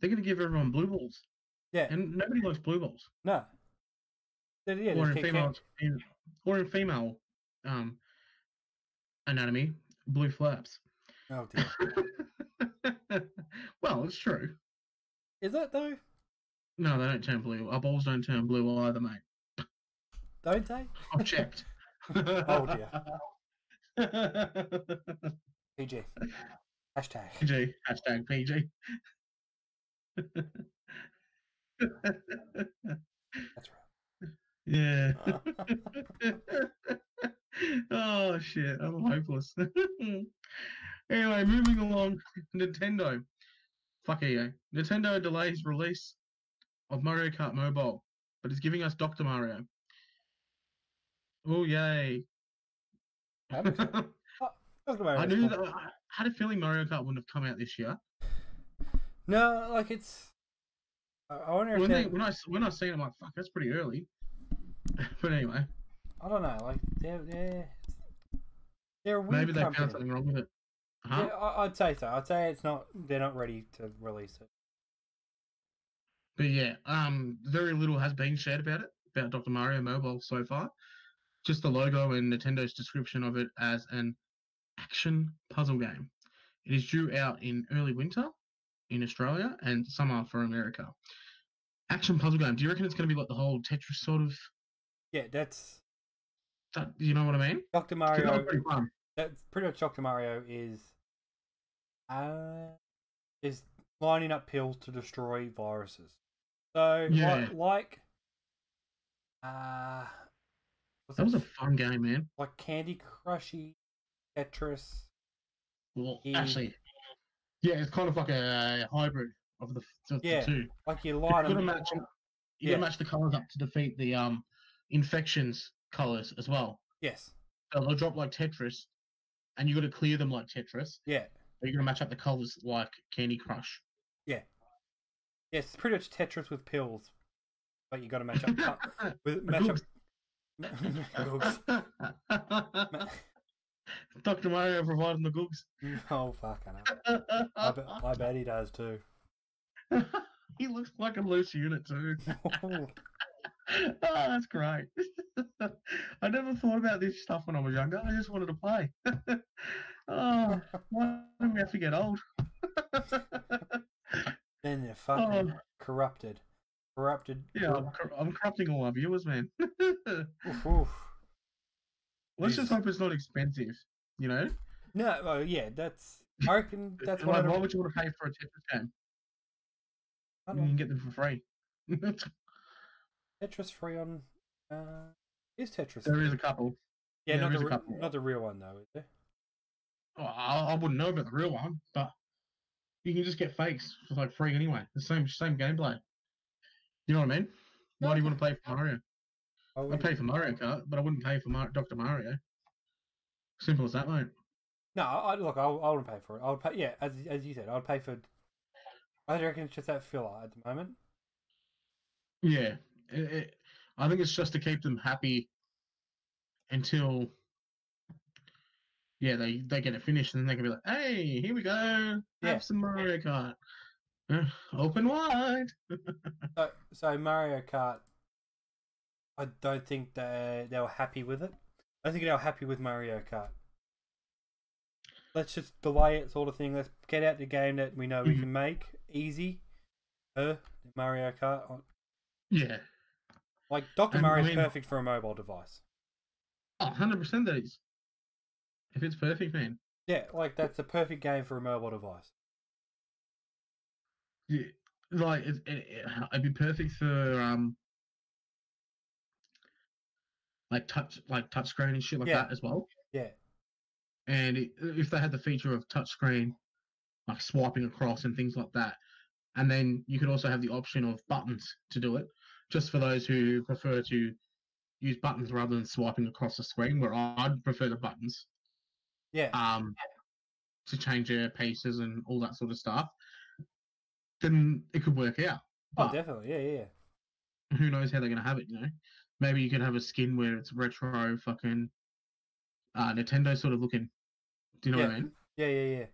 [SPEAKER 2] they're gonna give everyone blue balls,
[SPEAKER 1] yeah,
[SPEAKER 2] and nobody likes blue balls.
[SPEAKER 1] no. They- yeah,
[SPEAKER 2] or
[SPEAKER 1] just
[SPEAKER 2] in
[SPEAKER 1] keep
[SPEAKER 2] female,
[SPEAKER 1] can-
[SPEAKER 2] in- or in female, um, anatomy, blue flaps.
[SPEAKER 1] Oh dear.
[SPEAKER 2] well, it's true.
[SPEAKER 1] Is that though?
[SPEAKER 2] No, they don't turn blue. Our balls don't turn blue either, mate.
[SPEAKER 1] Don't they?
[SPEAKER 2] I've checked.
[SPEAKER 1] Oh dear.
[SPEAKER 2] dear.
[SPEAKER 1] PG. Hashtag.
[SPEAKER 2] PG. Hashtag PG.
[SPEAKER 1] That's right.
[SPEAKER 2] yeah. oh shit, I'm hopeless. anyway, moving along, Nintendo. Fuck EA. Nintendo delays release of Mario Kart Mobile, but it's giving us Dr. Mario. Oh yay.
[SPEAKER 1] I'm excited. Talk about
[SPEAKER 2] I
[SPEAKER 1] this
[SPEAKER 2] knew
[SPEAKER 1] one.
[SPEAKER 2] that I had a feeling Mario Kart wouldn't have come out this year.
[SPEAKER 1] No, like it's. I- I wonder if
[SPEAKER 2] When, they,
[SPEAKER 1] they're-
[SPEAKER 2] when I s- when I seen it, I'm like, fuck, that's pretty early. But anyway,
[SPEAKER 1] I don't know. Like they're they're they're a weird
[SPEAKER 2] maybe they
[SPEAKER 1] company.
[SPEAKER 2] found something wrong with it. Huh?
[SPEAKER 1] Yeah, I, I'd say so. I'd say it's not. They're not ready to release it.
[SPEAKER 2] But yeah, um, very little has been shared about it about Dr. Mario Mobile so far. Just the logo and Nintendo's description of it as an action puzzle game. It is due out in early winter in Australia and summer for America. Action puzzle game. Do you reckon it's going to be like the whole Tetris sort of?
[SPEAKER 1] Yeah, that's
[SPEAKER 2] That, you know what I mean?
[SPEAKER 1] Doctor
[SPEAKER 2] 'Cause that was
[SPEAKER 1] Mario.
[SPEAKER 2] pretty fun.
[SPEAKER 1] That's pretty much Doctor Mario is. Uh, is lining up pills to destroy viruses. So li-
[SPEAKER 2] Yeah.
[SPEAKER 1] like, uh, what's
[SPEAKER 2] That was a
[SPEAKER 1] it?
[SPEAKER 2] fun game, man.
[SPEAKER 1] like Candy Crushy, Tetris.
[SPEAKER 2] Well,
[SPEAKER 1] Yeah.
[SPEAKER 2] actually, yeah, it's kind of like a hybrid of the, of
[SPEAKER 1] Yeah.
[SPEAKER 2] the two.
[SPEAKER 1] Like you
[SPEAKER 2] You
[SPEAKER 1] light
[SPEAKER 2] gotta
[SPEAKER 1] them.
[SPEAKER 2] match. 'em- You
[SPEAKER 1] Yeah.
[SPEAKER 2] gotta match the colors up to defeat the um infections colors as well.
[SPEAKER 1] Yes.
[SPEAKER 2] So they'll drop like Tetris, and you gotta clear them like Tetris.
[SPEAKER 1] Yeah.
[SPEAKER 2] But you gotta match up the colors like Candy Crush.
[SPEAKER 1] Yes, it's pretty much Tetris with pills, but you got to match up co- with
[SPEAKER 2] The
[SPEAKER 1] match up.
[SPEAKER 2] googs.
[SPEAKER 1] Googs. Ma-
[SPEAKER 2] Dr. Mario providing the googs.
[SPEAKER 1] oh fucking hell! I, bet, I bet he does too.
[SPEAKER 2] he looks like a loose unit too.
[SPEAKER 1] oh,
[SPEAKER 2] oh, that's great. I never thought about this stuff when I was younger. I just wanted to play. oh, why do we have to get old?
[SPEAKER 1] then they're fucking
[SPEAKER 2] Oh.
[SPEAKER 1] corrupted, corrupted.
[SPEAKER 2] yeah, I'm, cor- I'm corrupting all our viewers, man.
[SPEAKER 1] Oof, oof.
[SPEAKER 2] Let's just
[SPEAKER 1] Jesus.
[SPEAKER 2] hope it's not expensive, you know?
[SPEAKER 1] No, oh yeah, that's. I reckon that's
[SPEAKER 2] like,
[SPEAKER 1] what.
[SPEAKER 2] why
[SPEAKER 1] it'll-
[SPEAKER 2] would you want to pay for a Tetris game?
[SPEAKER 1] I
[SPEAKER 2] You can
[SPEAKER 1] don't know,
[SPEAKER 2] get them for free. there
[SPEAKER 1] Tetris free on. Uh, is Tetris?
[SPEAKER 2] is a couple.
[SPEAKER 1] yeah,
[SPEAKER 2] there
[SPEAKER 1] not
[SPEAKER 2] is
[SPEAKER 1] the re-
[SPEAKER 2] a couple.
[SPEAKER 1] not the real one though, is there?
[SPEAKER 2] Oh, I, I wouldn't know about the real one, but you can just get fakes for like free anyway. The same same gameplay. You know what I mean? Why do you want to play for Mario?
[SPEAKER 1] I
[SPEAKER 2] I'd
[SPEAKER 1] wouldn't-
[SPEAKER 2] pay for Mario Kart, but I wouldn't pay for Mar- Dr. Mario. Simple as that, mate.
[SPEAKER 1] No, I, I- look, I, I wouldn't pay for it. I would pay, yeah, as as you said, I'd pay for. I reckon it's just that filler at the moment.
[SPEAKER 2] Yeah. It, it, I think it's just to keep them happy until, yeah, they, they get it finished and then they can be like, hey, here we go.
[SPEAKER 1] Yeah.
[SPEAKER 2] Have some Mario Kart. Eh, Open wide.
[SPEAKER 1] So, so Mario Kart, I don't think they they were happy with it. I think they were happy with Mario Kart. Let's just delay it, sort of thing. Let's get out the game that we know we
[SPEAKER 2] Mhm.
[SPEAKER 1] can make easy. Uh, Mario Kart, on-
[SPEAKER 2] Yeah.
[SPEAKER 1] like Doctor
[SPEAKER 2] And
[SPEAKER 1] Mario's
[SPEAKER 2] when-
[SPEAKER 1] perfect for a mobile device.
[SPEAKER 2] Oh, 100% that is. If it's perfect, man.
[SPEAKER 1] Yeah, like that's the perfect game for a mobile device.
[SPEAKER 2] Yeah. Like, it, it, it, it'd be perfect for, um, like touch, like touch screen and shit like
[SPEAKER 1] Yeah.
[SPEAKER 2] that as well.
[SPEAKER 1] Yeah,
[SPEAKER 2] And it, if they had the feature of touch screen, like swiping across and things like that, and then you could also have the option of buttons to do it, just for those who prefer to use buttons rather than swiping across the screen. Where I'd prefer the buttons.
[SPEAKER 1] yeah,
[SPEAKER 2] um, to change your paces and all that sort of stuff, then it could work out.
[SPEAKER 1] oh
[SPEAKER 2] but-
[SPEAKER 1] definitely, yeah, yeah, yeah.
[SPEAKER 2] Who knows how they're going to have it, you know? Maybe you could have a skin where it's retro fucking uh, Nintendo sort of looking. Do you know what I
[SPEAKER 1] Yeah.
[SPEAKER 2] mean?
[SPEAKER 1] Yeah, yeah, yeah.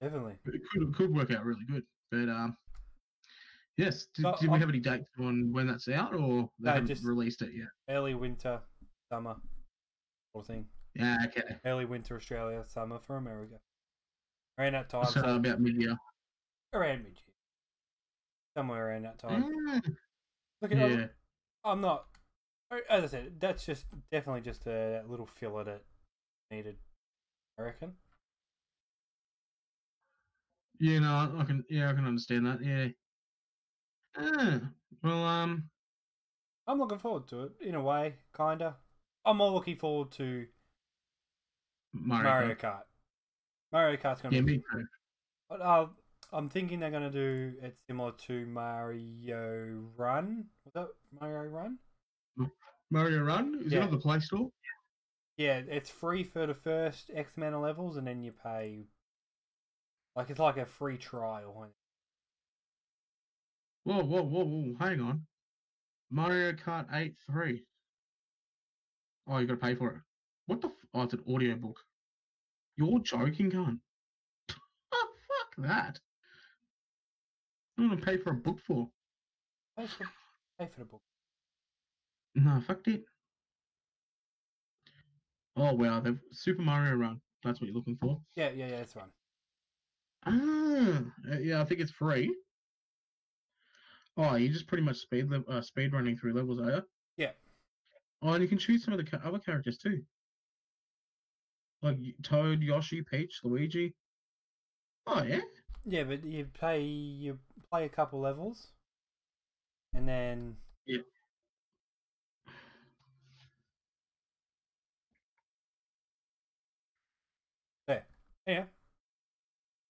[SPEAKER 1] Definitely.
[SPEAKER 2] It could, it could work out really good. But um, yes, did,
[SPEAKER 1] So,
[SPEAKER 2] did we
[SPEAKER 1] um,
[SPEAKER 2] have any dates on when that's out or they
[SPEAKER 1] No,
[SPEAKER 2] haven't
[SPEAKER 1] just-
[SPEAKER 2] released it yet?
[SPEAKER 1] Early winter, summer, sort of thing.
[SPEAKER 2] Yeah, okay.
[SPEAKER 1] Early winter Australia, summer for America. Around that time,
[SPEAKER 2] so
[SPEAKER 1] so
[SPEAKER 2] about mid-year.
[SPEAKER 1] around mid year. Somewhere around that time.
[SPEAKER 2] Mm,
[SPEAKER 1] Look, I'm-
[SPEAKER 2] yeah,
[SPEAKER 1] I'm not. As I said, that's just definitely just a little filler that needed. I reckon.
[SPEAKER 2] Yeah, no, I can. Yeah, I can understand that. Yeah. Ah, well, um,
[SPEAKER 1] I'm looking forward to it in a way, kinda. I'm more looking forward to
[SPEAKER 2] Mario.
[SPEAKER 1] Mario
[SPEAKER 2] Kart.
[SPEAKER 1] Kart. Mario Kart's gonna
[SPEAKER 2] Yeah,
[SPEAKER 1] be.
[SPEAKER 2] me too.
[SPEAKER 1] But, uh, I'm thinking they're gonna do it similar to Mario Run. Was that Mario Run?
[SPEAKER 2] Mario Run is
[SPEAKER 1] Yeah.
[SPEAKER 2] it on the Play Store?
[SPEAKER 1] Yeah, it's free for the first X amount of levels, and then you pay. Like it's like a free trial.
[SPEAKER 2] Whoa, whoa, whoa, whoa! Hang on. Mario Kart Eight Three. Oh, you gotta pay for it. What the? F- oh, it's an audiobook. You're joking, cunt. Oh, fuck that. I'm gonna pay for a book for.
[SPEAKER 1] Pay for, pay for the book.
[SPEAKER 2] No, fuck it. Oh wow, the Super Mario Run. That's what you're looking for.
[SPEAKER 1] Yeah, yeah, yeah. That's one.
[SPEAKER 2] Ah, uh, yeah, I think it's free. Oh, you just pretty much speed lev- uh, speed running through levels, are you?
[SPEAKER 1] Yeah.
[SPEAKER 2] Oh, and you can choose some of the ca- other characters too, like y- Toad, Yoshi, Peach, Luigi. Oh yeah,
[SPEAKER 1] Yeah, but you play you play a couple levels, and then yeah,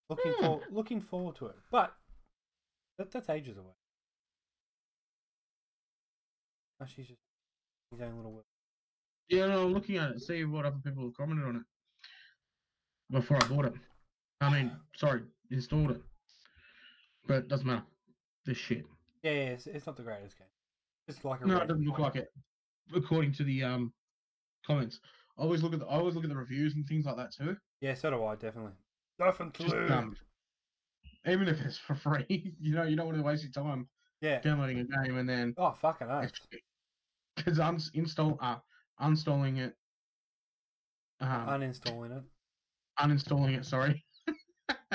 [SPEAKER 1] looking
[SPEAKER 2] Hmm.
[SPEAKER 1] for looking forward to it. But that, that's ages away. Oh, she's just his own little world.
[SPEAKER 2] yeah. No, I'm looking at it, see what other people have commented on it before I bought it. I mean, sorry, installed it, but it doesn't matter. This shit.
[SPEAKER 1] Yeah, yeah it's, it's not the greatest game. It's like a
[SPEAKER 2] No,
[SPEAKER 1] random
[SPEAKER 2] it doesn't look
[SPEAKER 1] one.
[SPEAKER 2] like it. According to the um comments, I always look at the, I always look at the reviews and things like that too.
[SPEAKER 1] Yeah, so do I definitely. Nothing to
[SPEAKER 2] Just
[SPEAKER 1] lose.
[SPEAKER 2] um, even if it's for free, you know, you don't want to waste your time
[SPEAKER 1] yeah.
[SPEAKER 2] downloading a game and then
[SPEAKER 1] Oh fucking oath.
[SPEAKER 2] because I'm s- install uh, uninstalling it,
[SPEAKER 1] Uh,
[SPEAKER 2] um,
[SPEAKER 1] Uninstalling it.
[SPEAKER 2] uninstalling it. Sorry,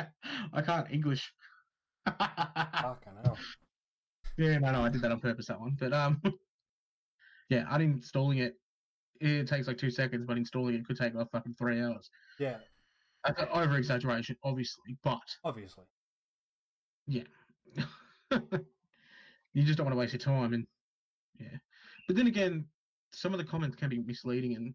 [SPEAKER 2] I can't English. yeah,
[SPEAKER 1] Fucking hell.
[SPEAKER 2] no, no, I did that on purpose that one, but um, yeah, uninstalling it. It takes like two seconds, but installing it could take like fucking three hours.
[SPEAKER 1] Yeah,
[SPEAKER 2] That's an over exaggeration, obviously, but
[SPEAKER 1] obviously.
[SPEAKER 2] you just don't want to waste your time. And yeah, but then again, some of the comments can be misleading, and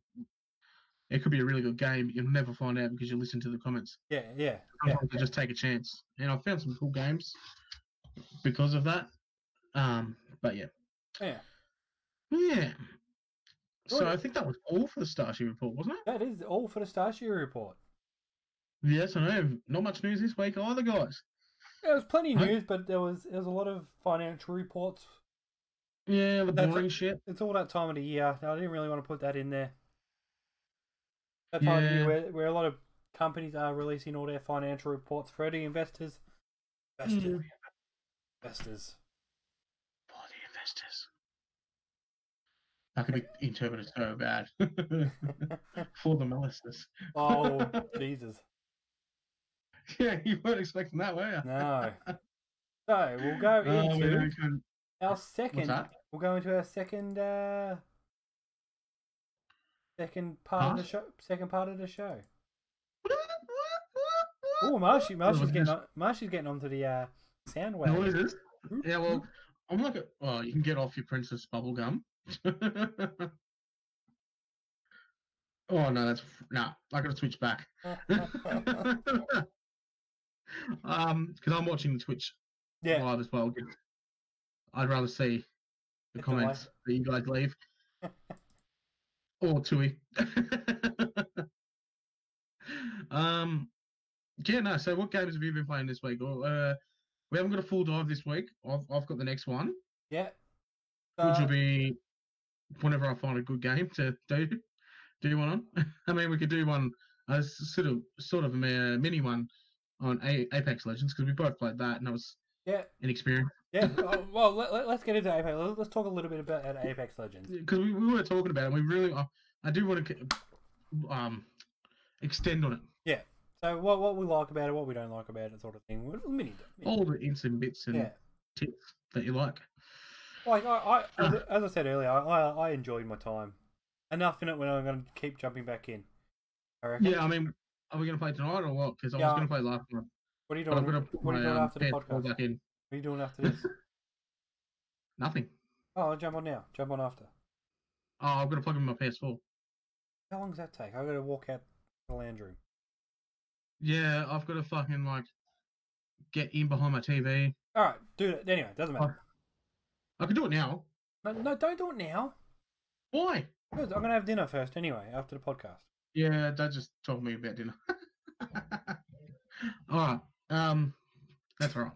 [SPEAKER 2] it could be a really good game, but you'll never find out because you listen to the comments.
[SPEAKER 1] Yeah, yeah, yeah.
[SPEAKER 2] Sometimes you just take a chance, and I found some cool games because of that. Um, but yeah,
[SPEAKER 1] Yeah.
[SPEAKER 2] yeah. So I
[SPEAKER 1] Alright.
[SPEAKER 2] think that was all for the Starship report, wasn't it?
[SPEAKER 1] That is all for the Starship report.
[SPEAKER 2] Yes, I know. Not much news this week either, guys.
[SPEAKER 1] There was plenty of
[SPEAKER 2] Right.
[SPEAKER 1] news, but there was there was a lot of financial reports.
[SPEAKER 2] Yeah, the
[SPEAKER 1] That's it.
[SPEAKER 2] boring shit.
[SPEAKER 1] It's all that time of the year. I didn't really want to put that in there. That time of the
[SPEAKER 2] Yeah.
[SPEAKER 1] year where, where a lot of companies are releasing all their financial reports for the investors. Investors.
[SPEAKER 2] Hmm.
[SPEAKER 1] Investors.
[SPEAKER 2] for the investors. That could be interpreted so bad. for the malisters.
[SPEAKER 1] Oh, Jesus.
[SPEAKER 2] Yeah, you weren't expecting that, were you?
[SPEAKER 1] No. So we'll go
[SPEAKER 2] Oh, we
[SPEAKER 1] into
[SPEAKER 2] don't count-
[SPEAKER 1] our
[SPEAKER 2] What's
[SPEAKER 1] second.
[SPEAKER 2] that?
[SPEAKER 1] We'll go into our second. Uh, second part of the
[SPEAKER 2] Part?
[SPEAKER 1] show. Second part of the show. Oh, Marshy, Marshy's
[SPEAKER 2] was
[SPEAKER 1] getting
[SPEAKER 2] this?
[SPEAKER 1] on. Marshy's getting onto the uh, sound wave.
[SPEAKER 2] Noises.
[SPEAKER 1] Oop,
[SPEAKER 2] Yeah, well,
[SPEAKER 1] oop.
[SPEAKER 2] I'm like, a, oh, you can get off your princess bubble gum. oh no, that's nah. I gotta switch back. um, because Um, I'm watching the Twitch
[SPEAKER 1] yeah,
[SPEAKER 2] live as well. 'cause I'd rather see the
[SPEAKER 1] It's a live-
[SPEAKER 2] comments that you guys leave. or Tui. um, yeah, no. So, what games have you been playing this week? Or uh, we haven't got a full dive this week. I've, I've got the next one,
[SPEAKER 1] yeah.
[SPEAKER 2] which
[SPEAKER 1] Uh,
[SPEAKER 2] will be whenever I find a good game to do. Do one on? I mean, we could do one a s- sort of sort of a mi- mini one on a- Apex Legends because we both played that, and that was
[SPEAKER 1] yeah,
[SPEAKER 2] an experience.
[SPEAKER 1] yeah. Oh, well, let, let, us get into Apex. Let, let's talk a little bit about Apex Legends.
[SPEAKER 2] because we, we were talking about it. We really, I, I do want to um extend on it
[SPEAKER 1] So, what what we like about it, what we don't like about it, sort of thing. We'll- we'll Mini, mini.
[SPEAKER 2] all the ins and bits and
[SPEAKER 1] yeah.
[SPEAKER 2] tips that you like.
[SPEAKER 1] Like I, I as, as I said earlier, I, I I enjoyed my time. Enough in it when I'm going to keep jumping back in. I reckon.
[SPEAKER 2] Yeah, I mean, are we gonna play tonight or what? Because I
[SPEAKER 1] Yeah.
[SPEAKER 2] was gonna play last night.
[SPEAKER 1] What are you
[SPEAKER 2] But I'm
[SPEAKER 1] doing?
[SPEAKER 2] gonna put
[SPEAKER 1] What are you
[SPEAKER 2] my,
[SPEAKER 1] doing
[SPEAKER 2] um,
[SPEAKER 1] after the
[SPEAKER 2] dead
[SPEAKER 1] podcast?
[SPEAKER 2] ball
[SPEAKER 1] What
[SPEAKER 2] back in.
[SPEAKER 1] are you doing after this?
[SPEAKER 2] Nothing.
[SPEAKER 1] Oh, I'll jump on now. Jump on after.
[SPEAKER 2] Oh, I'm gonna plug in my PS4.
[SPEAKER 1] How long does that take? I gotta walk out the lounge room.
[SPEAKER 2] Yeah, I've got to fucking like get in behind my TV.
[SPEAKER 1] All right, do it anyway. Doesn't matter.
[SPEAKER 2] I can do it now.
[SPEAKER 1] No, no, don't do it now.
[SPEAKER 2] Why?
[SPEAKER 1] I'm gonna have dinner first anyway after the podcast.
[SPEAKER 2] Yeah, that just told me about dinner. all right. Um, that's all right.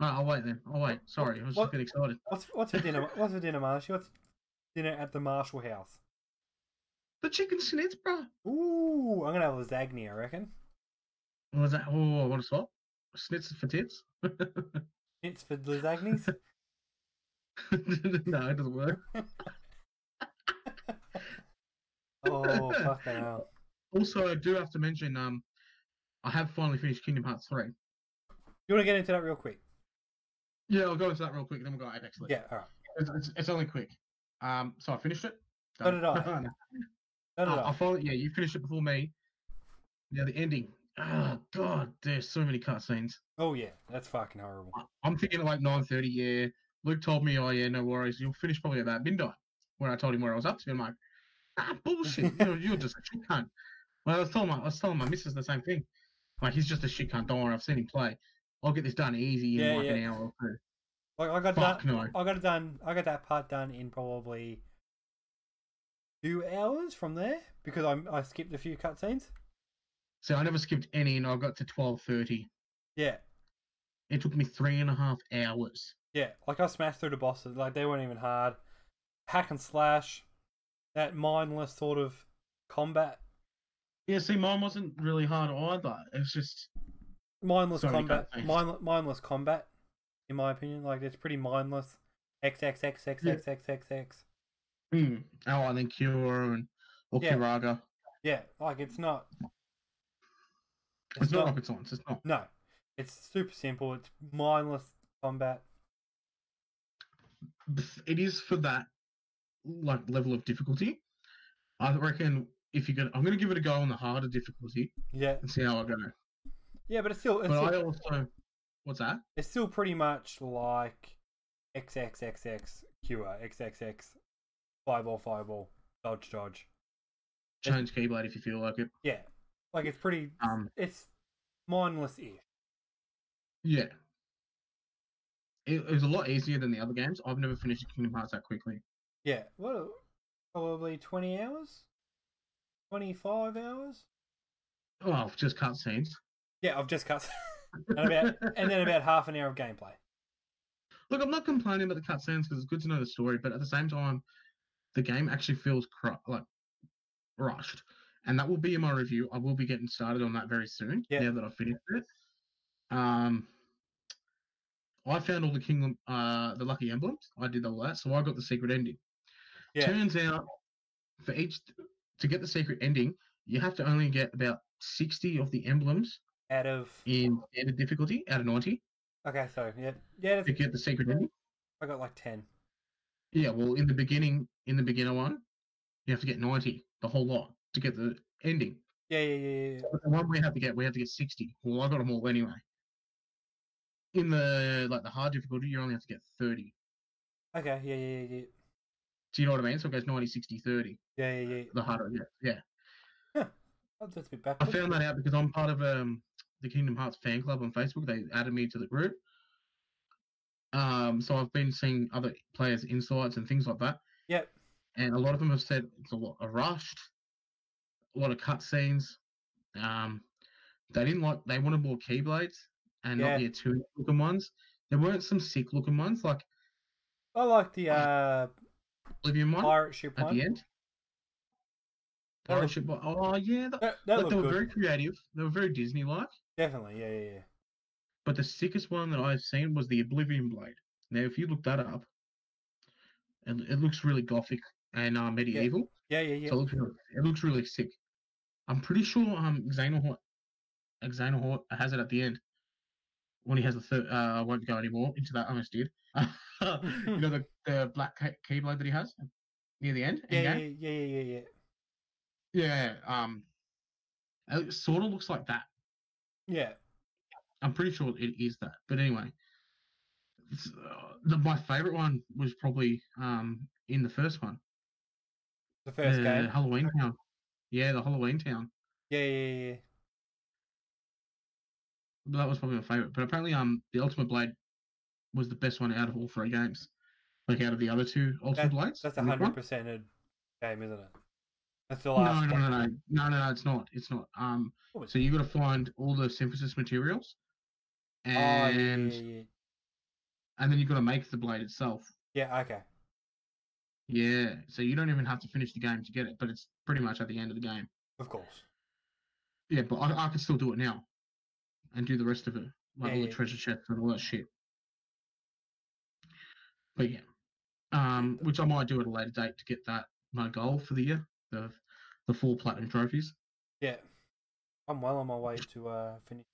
[SPEAKER 2] All right, I'll wait then. I'll wait. Sorry, I was
[SPEAKER 1] What-
[SPEAKER 2] just getting excited.
[SPEAKER 1] What's what's for dinner? What's for dinner, Marsh? What's dinner at the Marshall House?
[SPEAKER 2] The chicken schnitz, bro.
[SPEAKER 1] Ooh, I'm gonna have lasagna. I reckon
[SPEAKER 2] What was that? Oh, I want to swap. Schnitz for tits? no,
[SPEAKER 1] it's for lasagnas.
[SPEAKER 2] it doesn't work.
[SPEAKER 1] oh fucking hell!
[SPEAKER 2] Also, I do have to mention, um, I have finally finished Kingdom Hearts 3.
[SPEAKER 1] You want to get into that real quick?
[SPEAKER 2] Yeah, I'll go into that real quick, then we'll go Apex Legends.
[SPEAKER 1] Yeah. All right.
[SPEAKER 2] It's, it's, it's only quick. Um, so I finished it.
[SPEAKER 1] So
[SPEAKER 2] Done.
[SPEAKER 1] did I.
[SPEAKER 2] No,
[SPEAKER 1] No, no, no.
[SPEAKER 2] I finally, yeah, you finished it before me. Now the ending. Oh god, there's so many cutscenes.
[SPEAKER 1] Oh yeah, that's fucking horrible.
[SPEAKER 2] I- I'm thinking like 9:30. Yeah, Luke told me, oh yeah, no worries, you'll finish probably about midnight. When I told him where I was up to, I'm like, ah, bullshit. You're, you're just a shit cunt. Well, I was telling my, I was telling my missus the same thing. Like he's just a shit cunt. Don't worry, I've seen him play. I'll get this done easy in
[SPEAKER 1] Yeah,
[SPEAKER 2] like an
[SPEAKER 1] yeah.
[SPEAKER 2] hour or two.
[SPEAKER 1] Like I got
[SPEAKER 2] Fuck
[SPEAKER 1] that.
[SPEAKER 2] no.
[SPEAKER 1] I got it done. I got that part done in probably two hours from there because I I skipped a few cutscenes.
[SPEAKER 2] So I never skipped any, and I got to 12:30.
[SPEAKER 1] Yeah,
[SPEAKER 2] It took me three and a half hours.
[SPEAKER 1] yeah. Like I smashed through the bosses. Like they weren't even hard. Hack and slash, that mindless sort of combat,
[SPEAKER 2] Yeah, see, mine wasn't really hard either. It's just
[SPEAKER 1] mindless
[SPEAKER 2] Sorry,
[SPEAKER 1] combat,
[SPEAKER 2] cutscenes.
[SPEAKER 1] mindless, mindless combat. In my opinion, like it's pretty mindless. X X X X
[SPEAKER 2] Yeah.
[SPEAKER 1] X X X X.
[SPEAKER 2] mm. oh, and then Cure and or
[SPEAKER 1] Yeah.
[SPEAKER 2] Kiraga.
[SPEAKER 1] Yeah, like it's not.
[SPEAKER 2] It's, not, rocket science. It's not.
[SPEAKER 1] No, it's super simple. It's mindless combat.
[SPEAKER 2] Bef- It is for that like level of difficulty. I reckon if you're gonna, I'm gonna give it a go on the harder difficulty
[SPEAKER 1] Yeah,
[SPEAKER 2] and see how I go.
[SPEAKER 1] yeah, but it's still it's
[SPEAKER 2] But
[SPEAKER 1] still,
[SPEAKER 2] I also, what's that?
[SPEAKER 1] it's still pretty much like XXXX cure XXX fireball fireball dodge dodge. It's-
[SPEAKER 2] Change keyblade if you feel like it.
[SPEAKER 1] Yeah, like it's pretty.
[SPEAKER 2] Um,
[SPEAKER 1] It's mindless ish.
[SPEAKER 2] yeah. It, it was a lot easier than the other games. I've never finished Kingdom Hearts that quickly.
[SPEAKER 1] Yeah, what? Probably twenty hours, twenty five hours.
[SPEAKER 2] Oh, just cutscenes.
[SPEAKER 1] Yeah, I've just cut, and about and then about half an hour of gameplay.
[SPEAKER 2] Look, I'm not complaining about the cutscenes because it's good to know the story, but at the same time, the game actually feels cr- like rushed, and that will be in my review. I will be getting started on that very soon.
[SPEAKER 1] Yeah.
[SPEAKER 2] Now that I've finished it, um, I found all the kingdom, uh, the lucky emblems. I did all that, so I got the secret ending.
[SPEAKER 1] Yeah.
[SPEAKER 2] Turns out, for each to get the secret ending, you have to only get about sixty of the emblems
[SPEAKER 1] Out of
[SPEAKER 2] in standard difficulty out of ninety
[SPEAKER 1] okay, so yeah, yeah,
[SPEAKER 2] to
[SPEAKER 1] that's-
[SPEAKER 2] get the secret ending.
[SPEAKER 1] I got like ten.
[SPEAKER 2] Yeah, well, in the beginning, in the beginner one, you have to get ninety, the whole lot, to get the ending.
[SPEAKER 1] Yeah, yeah, yeah, yeah. yeah.
[SPEAKER 2] But the one we have to get, we have to get sixty. Well, I got them all anyway. In the like the hard difficulty, you only have to get thirty.
[SPEAKER 1] Okay, yeah, yeah, yeah, yeah.
[SPEAKER 2] Do you know what I mean? So it goes 90, 60, 30.
[SPEAKER 1] Yeah, yeah, yeah.
[SPEAKER 2] The harder, yeah, yeah.
[SPEAKER 1] Oh, that's a bit
[SPEAKER 2] I
[SPEAKER 1] backwards.
[SPEAKER 2] found that out because I'm part of um the Kingdom Hearts fan club on Facebook. They added me to the group. Um, so I've been seeing other players' insights and things like that.
[SPEAKER 1] Yep.
[SPEAKER 2] and a lot of them have said it's a lot of rushed, a lot of cutscenes. Um, they didn't like they wanted more keyblades and
[SPEAKER 1] Yeah.
[SPEAKER 2] not the two looking ones. There weren't some sick looking ones like
[SPEAKER 1] I like the uh,
[SPEAKER 2] Oblivion one
[SPEAKER 1] pirate ship
[SPEAKER 2] at the
[SPEAKER 1] one.
[SPEAKER 2] end.
[SPEAKER 1] That looked-
[SPEAKER 2] Pirate ship, one- oh yeah, that,
[SPEAKER 1] That, that
[SPEAKER 2] like,
[SPEAKER 1] looked
[SPEAKER 2] they were
[SPEAKER 1] good.
[SPEAKER 2] very creative. They were very Disney like.
[SPEAKER 1] Definitely, yeah, yeah, yeah.
[SPEAKER 2] But the sickest one that I've seen was the Oblivion Blade. Now, if you look that up, it, it looks really gothic and uh, medieval.
[SPEAKER 1] Yeah, yeah, yeah.
[SPEAKER 2] So it looks really, it looks really sick. I'm pretty sure um Xanaholt Xanaholt has it at the end when he has the third. Uh, I won't go anymore into that. I almost did. you know the, the black ca- keyblade that he has near the end.
[SPEAKER 1] yeah, yeah,
[SPEAKER 2] endgame?
[SPEAKER 1] yeah, yeah, yeah, yeah.
[SPEAKER 2] yeah. Um, it sort of looks like that.
[SPEAKER 1] Yeah,
[SPEAKER 2] I'm pretty sure it is that. But anyway, it's, uh, the, my favorite one was probably um, in the first one,
[SPEAKER 1] The first
[SPEAKER 2] the
[SPEAKER 1] game.
[SPEAKER 2] Halloween Town. Yeah, the Halloween Town.
[SPEAKER 1] Yeah, yeah, yeah, yeah.
[SPEAKER 2] That was probably my favorite. But apparently, um, the Ultimate Blade was the best one out of all three games. Like out of the other two Ultimate Blades.
[SPEAKER 1] That's
[SPEAKER 2] the
[SPEAKER 1] a
[SPEAKER 2] Nick one.
[SPEAKER 1] hundred percent game, isn't it? That's the
[SPEAKER 2] No,
[SPEAKER 1] last.
[SPEAKER 2] no, no, no, no, no, no. It's not. It's not. Um,
[SPEAKER 1] What was
[SPEAKER 2] so
[SPEAKER 1] it?
[SPEAKER 2] you got to find all the synthesis materials,
[SPEAKER 1] Oh, yeah, yeah,
[SPEAKER 2] and
[SPEAKER 1] yeah,
[SPEAKER 2] and then you've got to make the blade itself.
[SPEAKER 1] yeah. yeah, okay.
[SPEAKER 2] Yeah. So you don't even have to finish the game to get it, but it's pretty much at the end of the game.
[SPEAKER 1] Of course.
[SPEAKER 2] Yeah, but I, I could still do it now, and do the rest of it, like
[SPEAKER 1] Yeah,
[SPEAKER 2] all
[SPEAKER 1] yeah.
[SPEAKER 2] the treasure chests and all that shit. But yeah, um, which I might do at a later date to get that my goal for the year, the the four platinum trophies.
[SPEAKER 1] Yeah. I'm well on my way to uh finish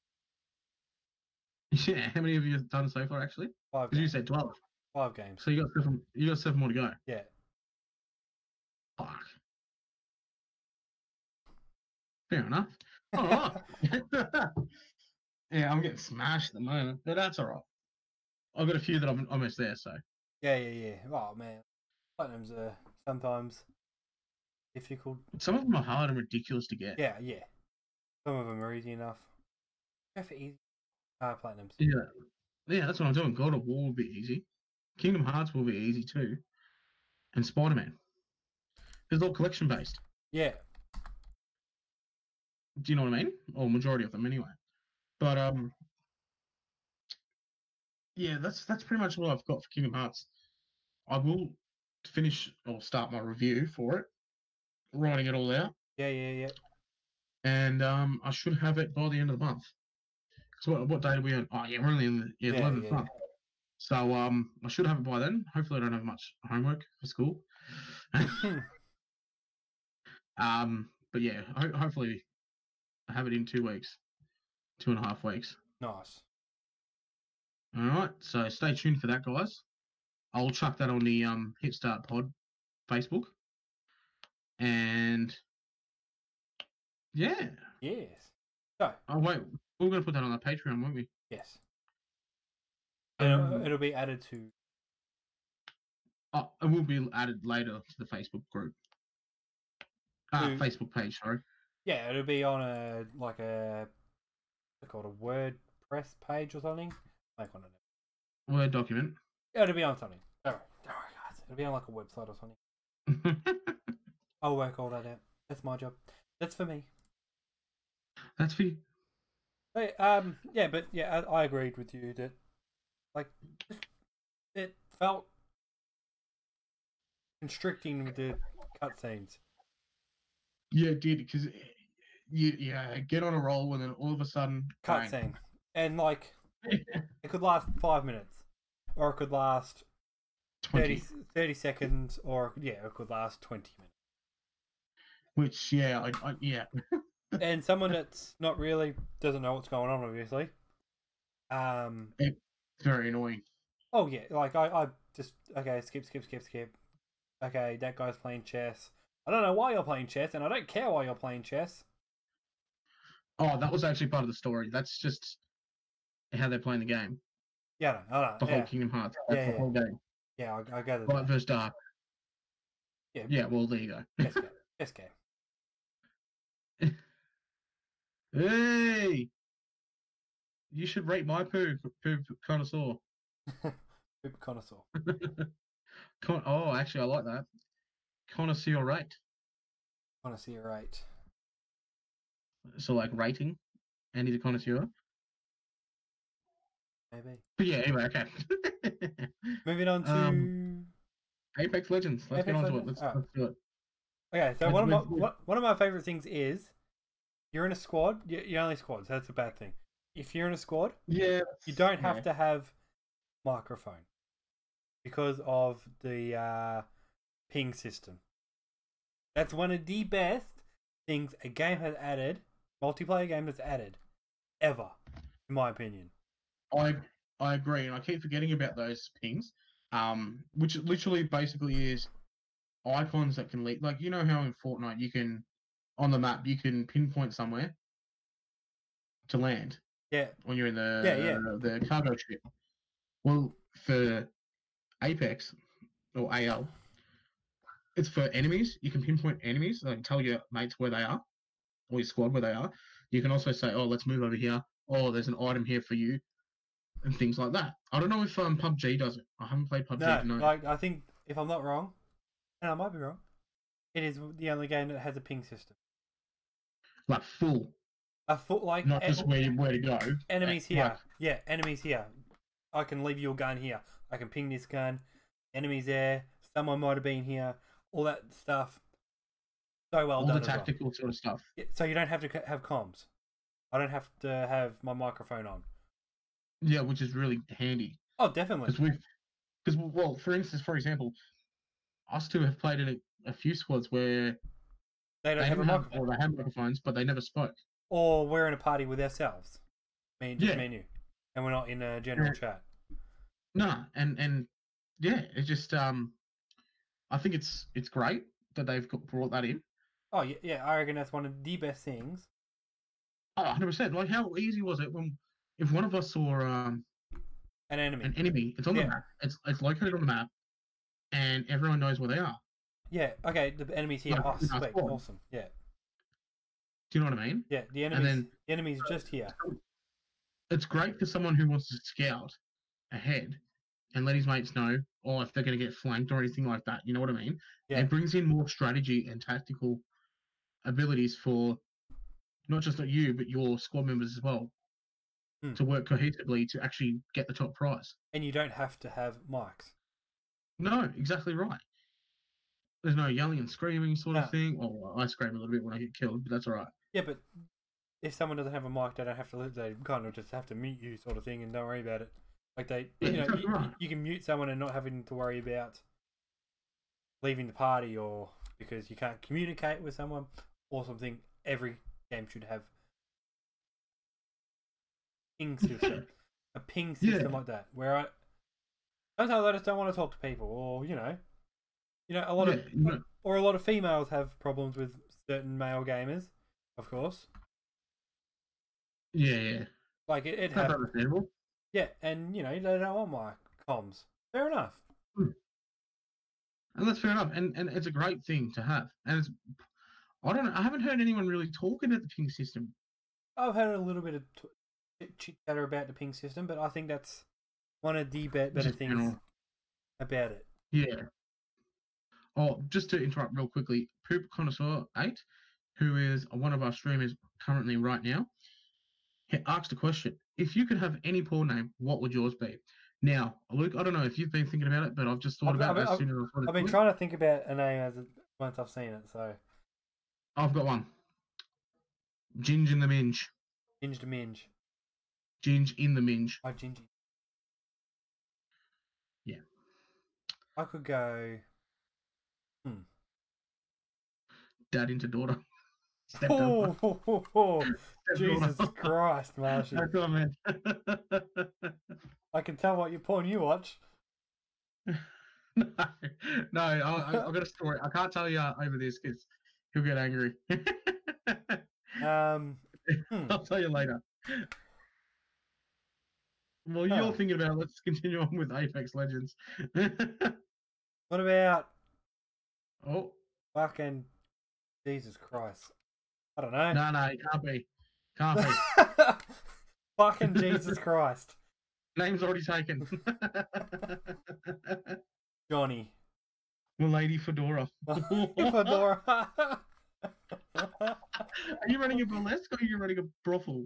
[SPEAKER 2] Yeah. How many of you have done so far actually?
[SPEAKER 1] five
[SPEAKER 2] Because you
[SPEAKER 1] games.
[SPEAKER 2] said twelve.
[SPEAKER 1] Five games.
[SPEAKER 2] So you got seven. You got seven more to go.
[SPEAKER 1] Yeah.
[SPEAKER 2] Fuck. Fair enough. All right. yeah, I'm getting smashed at the moment, but that's all right. I've got a few that I'm almost there. So
[SPEAKER 1] Yeah, yeah, yeah. Oh man, platinums are sometimes difficult.
[SPEAKER 2] some of them are hard and ridiculous to get.
[SPEAKER 1] Yeah, yeah. Some of them are easy enough. Go for easy. Ah, platinums.
[SPEAKER 2] Yeah. Yeah, that's what I'm doing. God of War will be easy. Kingdom Hearts will be easy too, and Spider Man. It's all collection based.
[SPEAKER 1] Yeah,
[SPEAKER 2] Do you know what I mean? Or majority of them anyway. But
[SPEAKER 1] Hmm.
[SPEAKER 2] um Yeah, that's that's pretty much what I've got for Kingdom Hearts. I will finish or start my review for it, writing it all out,
[SPEAKER 1] yeah, yeah, yeah.
[SPEAKER 2] and um I should have it by the end of the month. So what, what day are we on? Oh yeah, we're only in the yeah,
[SPEAKER 1] Yeah,
[SPEAKER 2] 11th
[SPEAKER 1] yeah,
[SPEAKER 2] month. So um I should have it by then. Hopefully I don't have much homework for school.
[SPEAKER 1] Hmm.
[SPEAKER 2] um but yeah, ho- hopefully I have it in two weeks. Two and a half weeks.
[SPEAKER 1] nice.
[SPEAKER 2] All right, so stay tuned for that, guys. I'll chuck that on the um, Hit Start Pod Facebook, and yeah,
[SPEAKER 1] Yes. So
[SPEAKER 2] oh wait, we we're gonna put that on the Patreon, weren't we?
[SPEAKER 1] yes, and it'll-
[SPEAKER 2] Um,
[SPEAKER 1] it'll be added to.
[SPEAKER 2] Oh, it will be added later to the Facebook group, uh,
[SPEAKER 1] Who-
[SPEAKER 2] Facebook page. Sorry.
[SPEAKER 1] Yeah, it'll be on a like a what's it called a WordPress page or something. Like on it.
[SPEAKER 2] Word document.
[SPEAKER 1] It'll be on something. Don't worry, don't worry, guys. It'll be on like a website or something. I'll work all that out. That's my job. That's for me.
[SPEAKER 2] That's for you.
[SPEAKER 1] Hey, um, yeah, but yeah, I, I agreed with you that, like, it felt constricting with the cutscenes.
[SPEAKER 2] Yeah, dude, because you yeah get on a roll and then all of a sudden bang.
[SPEAKER 1] Cutscene, and like, it could last five minutes, or it could last 30,
[SPEAKER 2] 20.
[SPEAKER 1] 30 seconds, or yeah, it could last twenty minutes.
[SPEAKER 2] Which yeah, I, I, yeah,
[SPEAKER 1] And someone that's not really doesn't know what's going on, obviously. Um.
[SPEAKER 2] it's very annoying.
[SPEAKER 1] Oh yeah, like I, I just okay, skip, skip, skip, skip. Okay, that guy's playing chess. I don't know why you're playing chess, and I don't care why you're playing chess.
[SPEAKER 2] Oh, that was actually part of the story. That's just how they're playing the game.
[SPEAKER 1] Yeah, I know,
[SPEAKER 2] The
[SPEAKER 1] I know,
[SPEAKER 2] whole
[SPEAKER 1] yeah,
[SPEAKER 2] Kingdom Hearts. That's
[SPEAKER 1] Yeah,
[SPEAKER 2] the
[SPEAKER 1] yeah.
[SPEAKER 2] whole game.
[SPEAKER 1] yeah, I, I gathered.
[SPEAKER 2] Light
[SPEAKER 1] that.
[SPEAKER 2] versus dark.
[SPEAKER 1] Yeah.
[SPEAKER 2] Yeah, well, there you go.
[SPEAKER 1] chess game, chess game.
[SPEAKER 2] Hey! You should rate my poo, poo connoisseur.
[SPEAKER 1] Super connoisseur.
[SPEAKER 2] Con- oh, actually, I like that. Connoisseur rate.
[SPEAKER 1] Connoisseur eight.
[SPEAKER 2] So, like, rating. And he's a connoisseur.
[SPEAKER 1] Maybe.
[SPEAKER 2] But yeah, anyway, okay.
[SPEAKER 1] Moving on to.
[SPEAKER 2] Um, Apex Legends. Let's get
[SPEAKER 1] Apex
[SPEAKER 2] on to it.
[SPEAKER 1] Legends?
[SPEAKER 2] Let's,
[SPEAKER 1] Oh.
[SPEAKER 2] let's do it.
[SPEAKER 1] okay, so
[SPEAKER 2] let's
[SPEAKER 1] one of my
[SPEAKER 2] move forward.
[SPEAKER 1] one, one of my favorite things is, you're in a squad. You're, you're only squads. That's a bad thing. If you're in a squad,
[SPEAKER 2] Yeah.
[SPEAKER 1] you don't have to have microphone because of the uh, ping system. That's one of the best things a game has added, multiplayer game has added, ever, in my opinion.
[SPEAKER 2] I I agree, and I keep forgetting about those pings, um, which literally basically is icons that can lead. Like you know how in Fortnite you can on the map you can pinpoint somewhere to land.
[SPEAKER 1] Yeah.
[SPEAKER 2] when you're in the
[SPEAKER 1] Yeah, yeah.
[SPEAKER 2] the cargo ship. Well, for Apex or AL, it's for enemies. You can pinpoint enemies, like tell your mates where they are, or your squad where they are. You can also say, "Oh, let's move over here." Oh, there's an item here for you, and things like that. I don't know if um, PUBG does it. I haven't played PUBG.
[SPEAKER 1] No,
[SPEAKER 2] to know.
[SPEAKER 1] like I think if I'm not wrong, and I might be wrong, it is the only game that has a ping system.
[SPEAKER 2] like full,
[SPEAKER 1] A foot like
[SPEAKER 2] not
[SPEAKER 1] e-
[SPEAKER 2] just where you, where to go.
[SPEAKER 1] enemies
[SPEAKER 2] eh,
[SPEAKER 1] here.
[SPEAKER 2] like-
[SPEAKER 1] Yeah, enemies here. I can leave your gun here. I can ping this gun. Enemies there. Someone might have been here. All that stuff. So well
[SPEAKER 2] all
[SPEAKER 1] done.
[SPEAKER 2] the
[SPEAKER 1] as well.
[SPEAKER 2] tactical sort of stuff.
[SPEAKER 1] Yeah, So you don't have to c- have comms. I don't have to have my microphone on.
[SPEAKER 2] Yeah, which is really handy.
[SPEAKER 1] Oh, definitely.
[SPEAKER 2] because we've because well for instance for example us two have played in a, a few squads where
[SPEAKER 1] They don't
[SPEAKER 2] they
[SPEAKER 1] have a
[SPEAKER 2] didn't have,
[SPEAKER 1] microphone.
[SPEAKER 2] well, they had microphones but they never spoke
[SPEAKER 1] Or we're in a party with ourselves. Me and just
[SPEAKER 2] Yeah.
[SPEAKER 1] me and you. And we're not in a general
[SPEAKER 2] Yeah.
[SPEAKER 1] chat.
[SPEAKER 2] nah and and yeah it just um i think it's it's great that they've got, brought that in
[SPEAKER 1] Oh, yeah, yeah. I reckon that's one of the best things.
[SPEAKER 2] oh, 100% like how easy was it when if one of us saw um
[SPEAKER 1] An enemy.
[SPEAKER 2] an enemy it's on
[SPEAKER 1] Yeah.
[SPEAKER 2] the map it's it's located on the map and everyone knows where they are
[SPEAKER 1] Yeah. Okay. The enemy's here.
[SPEAKER 2] Yeah,
[SPEAKER 1] Oh,
[SPEAKER 2] nice
[SPEAKER 1] sweet.
[SPEAKER 2] one.
[SPEAKER 1] Awesome. Yeah.
[SPEAKER 2] do you know what i mean
[SPEAKER 1] Yeah. The enemy's,
[SPEAKER 2] then-
[SPEAKER 1] the enemy's just here.
[SPEAKER 2] it's great for someone who wants to scout ahead and let his mates know, or if they're going to get flanked or anything like that. You know what I mean?
[SPEAKER 1] Yeah.
[SPEAKER 2] It brings in more strategy and tactical abilities for not just not you, but your squad members as well
[SPEAKER 1] Hmm.
[SPEAKER 2] to work cohesively to actually get the top prize.
[SPEAKER 1] And you don't have to have mics.
[SPEAKER 2] No, exactly right. There's no yelling and screaming sort
[SPEAKER 1] No.
[SPEAKER 2] of thing. Well, I scream a little bit when I get killed, but that's all right.
[SPEAKER 1] Yeah, but if someone doesn't have a mic, they don't have to. li- They kind of just have to mute you, sort of thing, and don't worry about it. Like they,
[SPEAKER 2] Yeah,
[SPEAKER 1] you know,
[SPEAKER 2] exactly
[SPEAKER 1] you,
[SPEAKER 2] right.
[SPEAKER 1] you can mute someone and not having to worry about leaving the party or because you can't communicate with someone or something. Every game should have ping system, a ping
[SPEAKER 2] Yeah.
[SPEAKER 1] system like that. Where I sometimes I just don't want to talk to people, or you know, you know, a lot
[SPEAKER 2] Yeah,
[SPEAKER 1] of
[SPEAKER 2] you know-
[SPEAKER 1] or a lot of females have problems with certain male gamers, of course.
[SPEAKER 2] yeah, yeah.
[SPEAKER 1] Like it, it
[SPEAKER 2] That's
[SPEAKER 1] happens.
[SPEAKER 2] understandable.
[SPEAKER 1] Yeah, and you know they don't want my comms. Fair enough.
[SPEAKER 2] And that's fair enough. And and it's a great thing to have. And it's I don't know, I haven't heard anyone really talking at the ping system.
[SPEAKER 1] I've had a little bit of t- chit chatter about the ping system, but I think that's one of the be- better
[SPEAKER 2] Just
[SPEAKER 1] things
[SPEAKER 2] general.
[SPEAKER 1] about it.
[SPEAKER 2] Yeah. Oh, just to interrupt real quickly, Poop Connoisseur Eight, who is one of our streamers currently right now, he asked a question. If you could have any porn name, what would yours be? Now, Luke, I don't know if you've been thinking about it, but I've just thought
[SPEAKER 1] I've-
[SPEAKER 2] about
[SPEAKER 1] I've-
[SPEAKER 2] it as soon as I thought
[SPEAKER 1] I've been
[SPEAKER 2] it-
[SPEAKER 1] trying to think about a name as once I've seen it. So
[SPEAKER 2] I've got one. Ginge in the minge.
[SPEAKER 1] ginge to minge.
[SPEAKER 2] Ginge in the minge.
[SPEAKER 1] I gingy.
[SPEAKER 2] Yeah.
[SPEAKER 1] I could go.
[SPEAKER 2] Dad into daughter. Stepdad.
[SPEAKER 1] Oh,
[SPEAKER 2] Stepdaughter.
[SPEAKER 1] Jesus Christ, Marshy.
[SPEAKER 2] That's what I meant.
[SPEAKER 1] I can tell what you porn you watch.
[SPEAKER 2] no, no, I, I, I've got a story. I can't tell you uh, over this because he'll get angry.
[SPEAKER 1] Um, hmm.
[SPEAKER 2] I'll tell you later. Well, you're
[SPEAKER 1] Oh.
[SPEAKER 2] thinking about. it. Let's continue on with Apex Legends.
[SPEAKER 1] what about
[SPEAKER 2] oh,
[SPEAKER 1] fucking Jesus Christ? I don't know.
[SPEAKER 2] no, no, it can't be. Can't be.
[SPEAKER 1] fucking Jesus Christ,
[SPEAKER 2] Name's already taken.
[SPEAKER 1] Johnny
[SPEAKER 2] Milady Fedora. Are
[SPEAKER 1] Fedora.
[SPEAKER 2] you running a burlesque or are you running a brothel?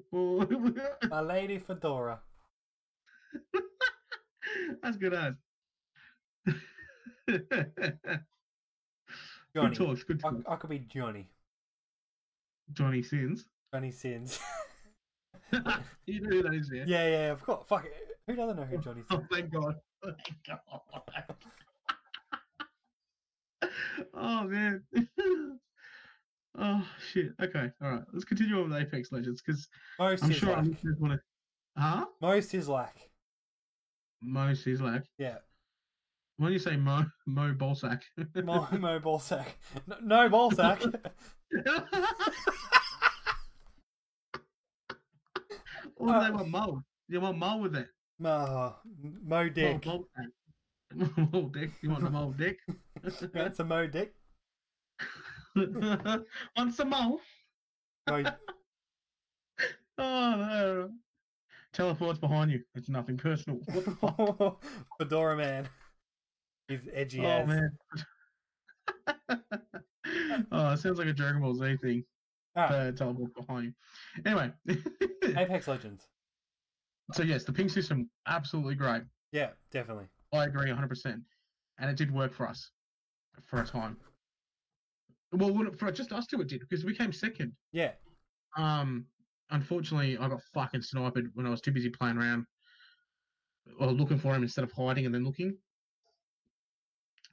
[SPEAKER 2] That's
[SPEAKER 1] My lady Fedora.
[SPEAKER 2] good ass.
[SPEAKER 1] Johnny.
[SPEAKER 2] Good talks, good
[SPEAKER 1] I,
[SPEAKER 2] talks.
[SPEAKER 1] I could be Johnny.
[SPEAKER 2] Johnny Sins.
[SPEAKER 1] Johnny Sins.
[SPEAKER 2] you know who that is, yeah?
[SPEAKER 1] yeah, yeah, of course. Fuck it. Who doesn't know who Johnny
[SPEAKER 2] Oh,
[SPEAKER 1] Sins?
[SPEAKER 2] thank God. Oh, Thank God. oh, man. oh, shit. Okay, all right. Let's continue on with Apex Legends because
[SPEAKER 1] Mo
[SPEAKER 2] I'm sure I
[SPEAKER 1] Sislak.
[SPEAKER 2] want to. Huh?
[SPEAKER 1] Mo Sislak.
[SPEAKER 2] Mo Sislak.
[SPEAKER 1] Yeah.
[SPEAKER 2] Why do you say Mo Mo Bolsack?
[SPEAKER 1] Mo, Mo Ballsack. No, no Ballsack.
[SPEAKER 2] Or do
[SPEAKER 1] Uh,
[SPEAKER 2] they want mold? You want mold with it?
[SPEAKER 1] Oh, Mo Dick.
[SPEAKER 2] Mold, mold, mold dick. You want the mold dick?
[SPEAKER 1] That's a Mo Dick.
[SPEAKER 2] want some mold?
[SPEAKER 1] Mo,
[SPEAKER 2] Oh, no. Teleport's behind you. It's nothing personal. Oh, What the fuck?
[SPEAKER 1] Fedora Man. He's edgy
[SPEAKER 2] Oh
[SPEAKER 1] as.
[SPEAKER 2] man. oh, it sounds like a Dragon Ball Z thing. Uh,
[SPEAKER 1] Ah.
[SPEAKER 2] The teleport behind you. Anyway,
[SPEAKER 1] Apex Legends.
[SPEAKER 2] so yes, the ping system absolutely great.
[SPEAKER 1] Yeah, definitely.
[SPEAKER 2] I agree 100%. And it did work for us for a time. Well, what- for just us two, it did because we came second.
[SPEAKER 1] Yeah.
[SPEAKER 2] Um, unfortunately, I got fucking sniped when I was too busy playing around or looking for him instead of hiding and then looking.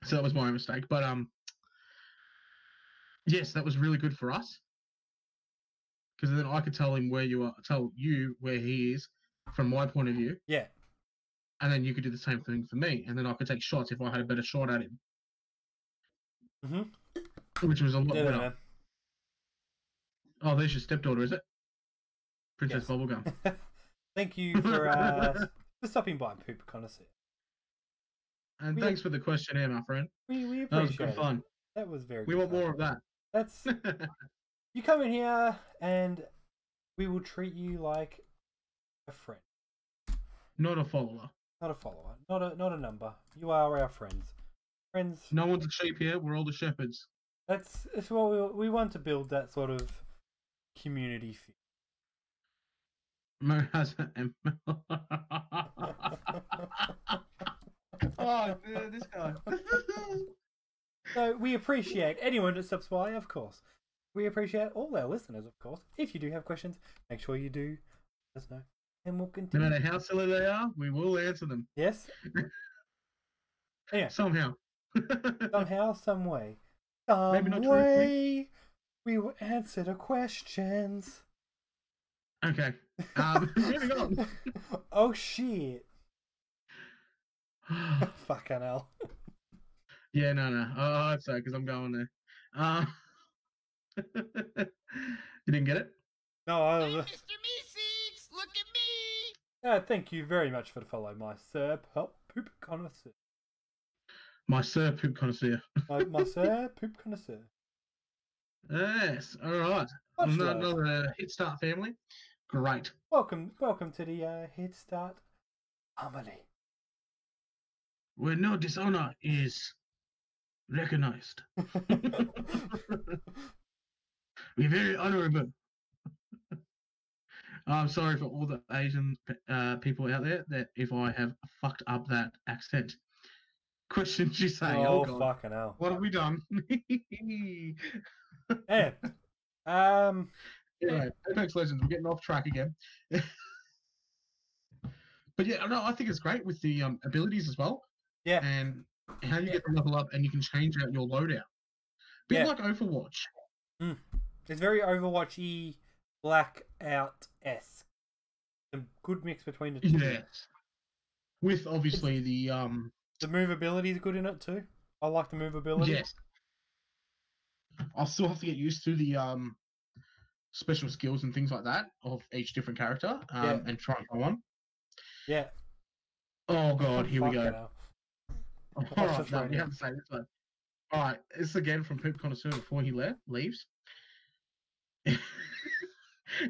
[SPEAKER 2] So that was my mistake. But um, yes, that was really good for us because then I could tell him where you are, tell you where he is from my point of view,
[SPEAKER 1] Yeah.
[SPEAKER 2] and then you could do the same thing for me, and then I could take shots if I had a better shot at him.
[SPEAKER 1] Mhm.
[SPEAKER 2] Which was a lot
[SPEAKER 1] Yeah,
[SPEAKER 2] better.
[SPEAKER 1] man.
[SPEAKER 2] Oh, there's your stepdaughter, is it? Princess
[SPEAKER 1] Yes.
[SPEAKER 2] Bubblegum.
[SPEAKER 1] Thank you for uh, for stopping by, Poop Connoisseur.
[SPEAKER 2] And
[SPEAKER 1] We-
[SPEAKER 2] thanks for the questionnaire, my friend.
[SPEAKER 1] We, we
[SPEAKER 2] That was
[SPEAKER 1] appreciate
[SPEAKER 2] good
[SPEAKER 1] it.
[SPEAKER 2] fun.
[SPEAKER 1] That was very
[SPEAKER 2] We
[SPEAKER 1] good
[SPEAKER 2] want
[SPEAKER 1] fun.
[SPEAKER 2] more of that.
[SPEAKER 1] That's you come in here and we will treat you like a friend,
[SPEAKER 2] Not a follower.
[SPEAKER 1] not a follower, not a not a number. You are our friends. Friends.
[SPEAKER 2] No one's a sheep here. We're all the shepherds.
[SPEAKER 1] That's it's what we we want to build that sort of community feel.
[SPEAKER 2] Mo has an M. oh, dude, this guy.
[SPEAKER 1] So we appreciate anyone that stops by, of course. We appreciate all our listeners, of course. If you do have questions, make sure you do let us know, and we'll
[SPEAKER 2] no
[SPEAKER 1] continue.
[SPEAKER 2] matter how silly they are, we will answer them
[SPEAKER 1] Yes. Anyway,
[SPEAKER 2] somehow.
[SPEAKER 1] somehow, some way, some
[SPEAKER 2] Maybe not truthfully.
[SPEAKER 1] way, we will answer the questions.
[SPEAKER 2] okay. Um, moving on.
[SPEAKER 1] oh shit! Fucking hell.
[SPEAKER 2] yeah, no, no. Oh, it's okay because I'm going there. Uh, you didn't get it?
[SPEAKER 1] No, I
[SPEAKER 3] Hey,
[SPEAKER 1] was-
[SPEAKER 3] Mr. Meeseeks, look at me.
[SPEAKER 1] uh, thank you very much for the follow, my sir Pop- poop connoisseur.
[SPEAKER 2] My sir poop connoisseur.
[SPEAKER 1] My, my sir poop connoisseur.
[SPEAKER 2] Yes. All right.
[SPEAKER 1] Much
[SPEAKER 2] Ano-
[SPEAKER 1] love.
[SPEAKER 2] Another uh, Hit Start family. Great.
[SPEAKER 1] Welcome, welcome to the uh, Head Start Harmony.
[SPEAKER 2] Where no dishonor is recognized. We're very honorable. I'm sorry for all the Asian p- uh, people out there that if I have fucked up that accent. Question you say. Oh,
[SPEAKER 1] oh
[SPEAKER 2] God.
[SPEAKER 1] fucking hell!
[SPEAKER 2] What have we done?
[SPEAKER 1] Eh, um,
[SPEAKER 2] anyway, Apex Legends, we're getting off track again. but yeah, no, I think it's great with the um, abilities as well.
[SPEAKER 1] Yeah.
[SPEAKER 2] And how you get to level up and you can change out your loadout. Bit
[SPEAKER 1] Yeah.
[SPEAKER 2] like Overwatch.
[SPEAKER 1] it's very Overwatchy, blackout esque. A good mix between the two.
[SPEAKER 2] Yes. With obviously the um
[SPEAKER 1] The movability is good in it too. I like the movability.
[SPEAKER 2] yes. I'll still have to get used to the um special skills and things like that of each different character um
[SPEAKER 1] Yeah.
[SPEAKER 2] and try and go on.
[SPEAKER 1] Yeah.
[SPEAKER 2] Oh god, here we
[SPEAKER 1] Fucking
[SPEAKER 2] go.
[SPEAKER 1] hell.
[SPEAKER 2] All
[SPEAKER 1] That's
[SPEAKER 2] right, no,
[SPEAKER 1] right,
[SPEAKER 2] we
[SPEAKER 1] yeah.
[SPEAKER 2] have to say this one. All right, this again from Poop Connoisseur before he le- leaves.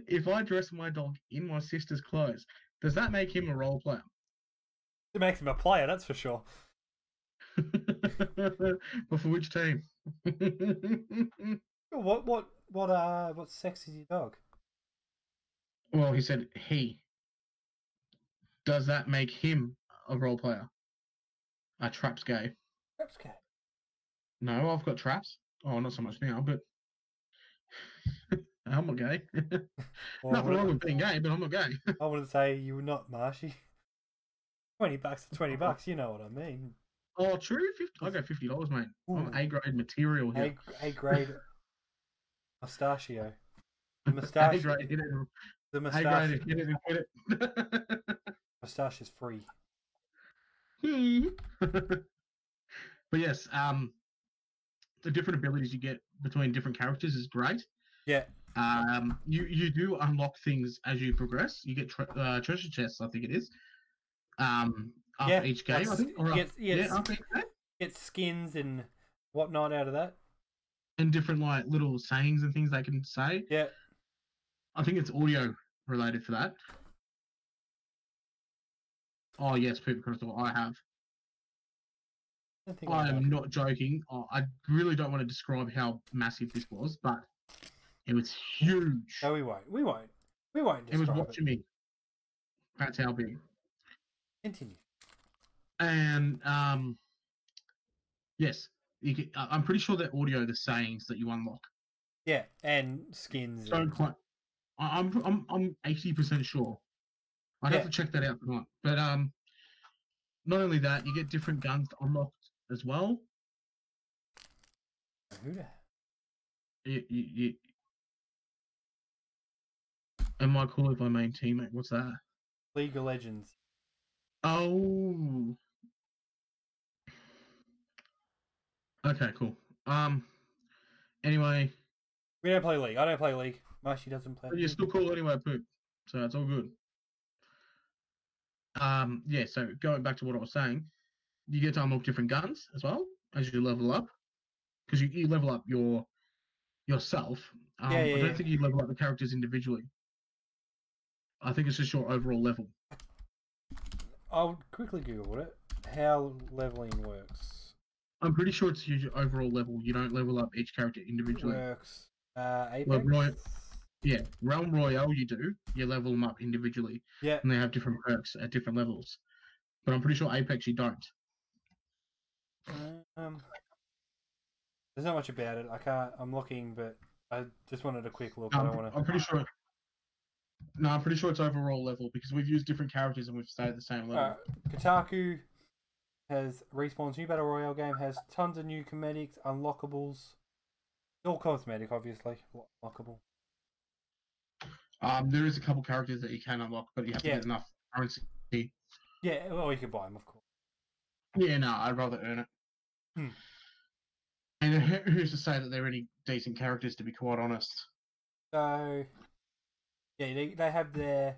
[SPEAKER 2] if I dress my dog in my sister's clothes, does that make him a role player?
[SPEAKER 1] It makes him a player, that's for sure.
[SPEAKER 2] but for which team?
[SPEAKER 1] What what what uh what sex is your dog?
[SPEAKER 2] well, he said he. Does that make him a role player? Are traps gay?
[SPEAKER 1] Perhaps cat.
[SPEAKER 2] No, I've got traps. Oh, not so much now, but I'm not gay.
[SPEAKER 1] Or
[SPEAKER 2] Nothing
[SPEAKER 1] would-
[SPEAKER 2] wrong with being gay, but I'm not gay.
[SPEAKER 1] I wouldn't say you were not marshy. Twenty bucks to twenty bucks, you know what I mean.
[SPEAKER 2] Oh, true. 50, I got fifty dollars, mate.
[SPEAKER 1] Ooh.
[SPEAKER 2] I'm A grade material
[SPEAKER 1] A,
[SPEAKER 2] here.
[SPEAKER 1] a grade mustachio. The
[SPEAKER 2] A
[SPEAKER 1] mustache
[SPEAKER 2] grade, hit it, and-
[SPEAKER 1] the
[SPEAKER 2] A
[SPEAKER 1] mustache
[SPEAKER 2] grade, hit it, and quit it.
[SPEAKER 1] mustache is free.
[SPEAKER 2] Hmm. but yes, um, the different abilities you get between different characters is great.
[SPEAKER 1] Yeah.
[SPEAKER 2] Um, you you do unlock things as you progress. You get tre- uh, treasure chests, I think it is. Um, after
[SPEAKER 1] Yeah,
[SPEAKER 2] each game, I
[SPEAKER 1] that's-
[SPEAKER 2] think. Or
[SPEAKER 1] yes,
[SPEAKER 2] after,
[SPEAKER 1] yes.
[SPEAKER 2] Yeah, after each game.
[SPEAKER 1] Get skins and whatnot out of that.
[SPEAKER 2] And different like little sayings and things they can say.
[SPEAKER 1] Yeah.
[SPEAKER 2] I think it's audio related for that. Oh yes, poop crystal. I have.
[SPEAKER 1] I don't think I
[SPEAKER 2] I am
[SPEAKER 1] have.
[SPEAKER 2] not joking. Oh, I really don't want to describe how massive this was, but it was huge.
[SPEAKER 1] No, we won't. We won't. We won't.
[SPEAKER 2] it was
[SPEAKER 1] describe
[SPEAKER 2] watching me. That's how big.
[SPEAKER 1] Continue.
[SPEAKER 2] And um, yes, you can, I- I'm pretty sure that audio the sayings that you unlock.
[SPEAKER 1] Yeah, and skins.
[SPEAKER 2] Don't
[SPEAKER 1] and-
[SPEAKER 2] quite. I- I'm I'm I'm eighty percent sure. I'd
[SPEAKER 1] Yeah.
[SPEAKER 2] have to check that out tonight. But um, not only that, you get different guns unlocked as well.
[SPEAKER 1] Who the-
[SPEAKER 2] You, you, you... Am I cool if I main teammate? What's that?
[SPEAKER 1] League of Legends.
[SPEAKER 2] Oh. Okay, cool. Um. Anyway,
[SPEAKER 1] We don't play League. I don't play League. Marshy doesn't play.
[SPEAKER 2] But you're
[SPEAKER 1] League.
[SPEAKER 2] still cool anyway, poop. So it's all good. Um, yeah, so going back to what I was saying, you get to unlock different guns as well as you level up. Because you, you level up your yourself. Um,
[SPEAKER 1] Yeah, yeah,
[SPEAKER 2] I don't
[SPEAKER 1] yeah.
[SPEAKER 2] think you level up the characters individually. I think it's just your overall level.
[SPEAKER 1] I'll quickly Google it. How leveling works.
[SPEAKER 2] I'm pretty sure it's your overall level. You don't level up each character individually.
[SPEAKER 1] Works. Uh,
[SPEAKER 2] Well,
[SPEAKER 1] Apex.
[SPEAKER 2] Roy- Yeah, Realm Royale you do, you level them up individually
[SPEAKER 1] Yeah.
[SPEAKER 2] and they have different perks at different levels. But I'm pretty sure Apex you don't.
[SPEAKER 1] Um. There's not much about it. I can't. I'm looking, but I just wanted a quick look. I
[SPEAKER 2] I'm,
[SPEAKER 1] don't want to.
[SPEAKER 2] I'm pretty sure. No, I'm pretty sure it's overall level because we've used different characters and we've stayed at the same level.
[SPEAKER 1] Uh, Kotaku has respawns. New battle royale game has tons of new cosmetics, unlockables. All cosmetic, obviously. lo- Unlockable.
[SPEAKER 2] Um, there is a couple characters that you can unlock, but you have
[SPEAKER 1] Yeah.
[SPEAKER 2] to get enough currency.
[SPEAKER 1] Yeah, or you can buy them, of course.
[SPEAKER 2] Yeah, no, I'd rather earn it.
[SPEAKER 1] Hmm.
[SPEAKER 2] And who- who's to say that they're any decent characters? To be quite honest,
[SPEAKER 1] So, yeah, they, they have their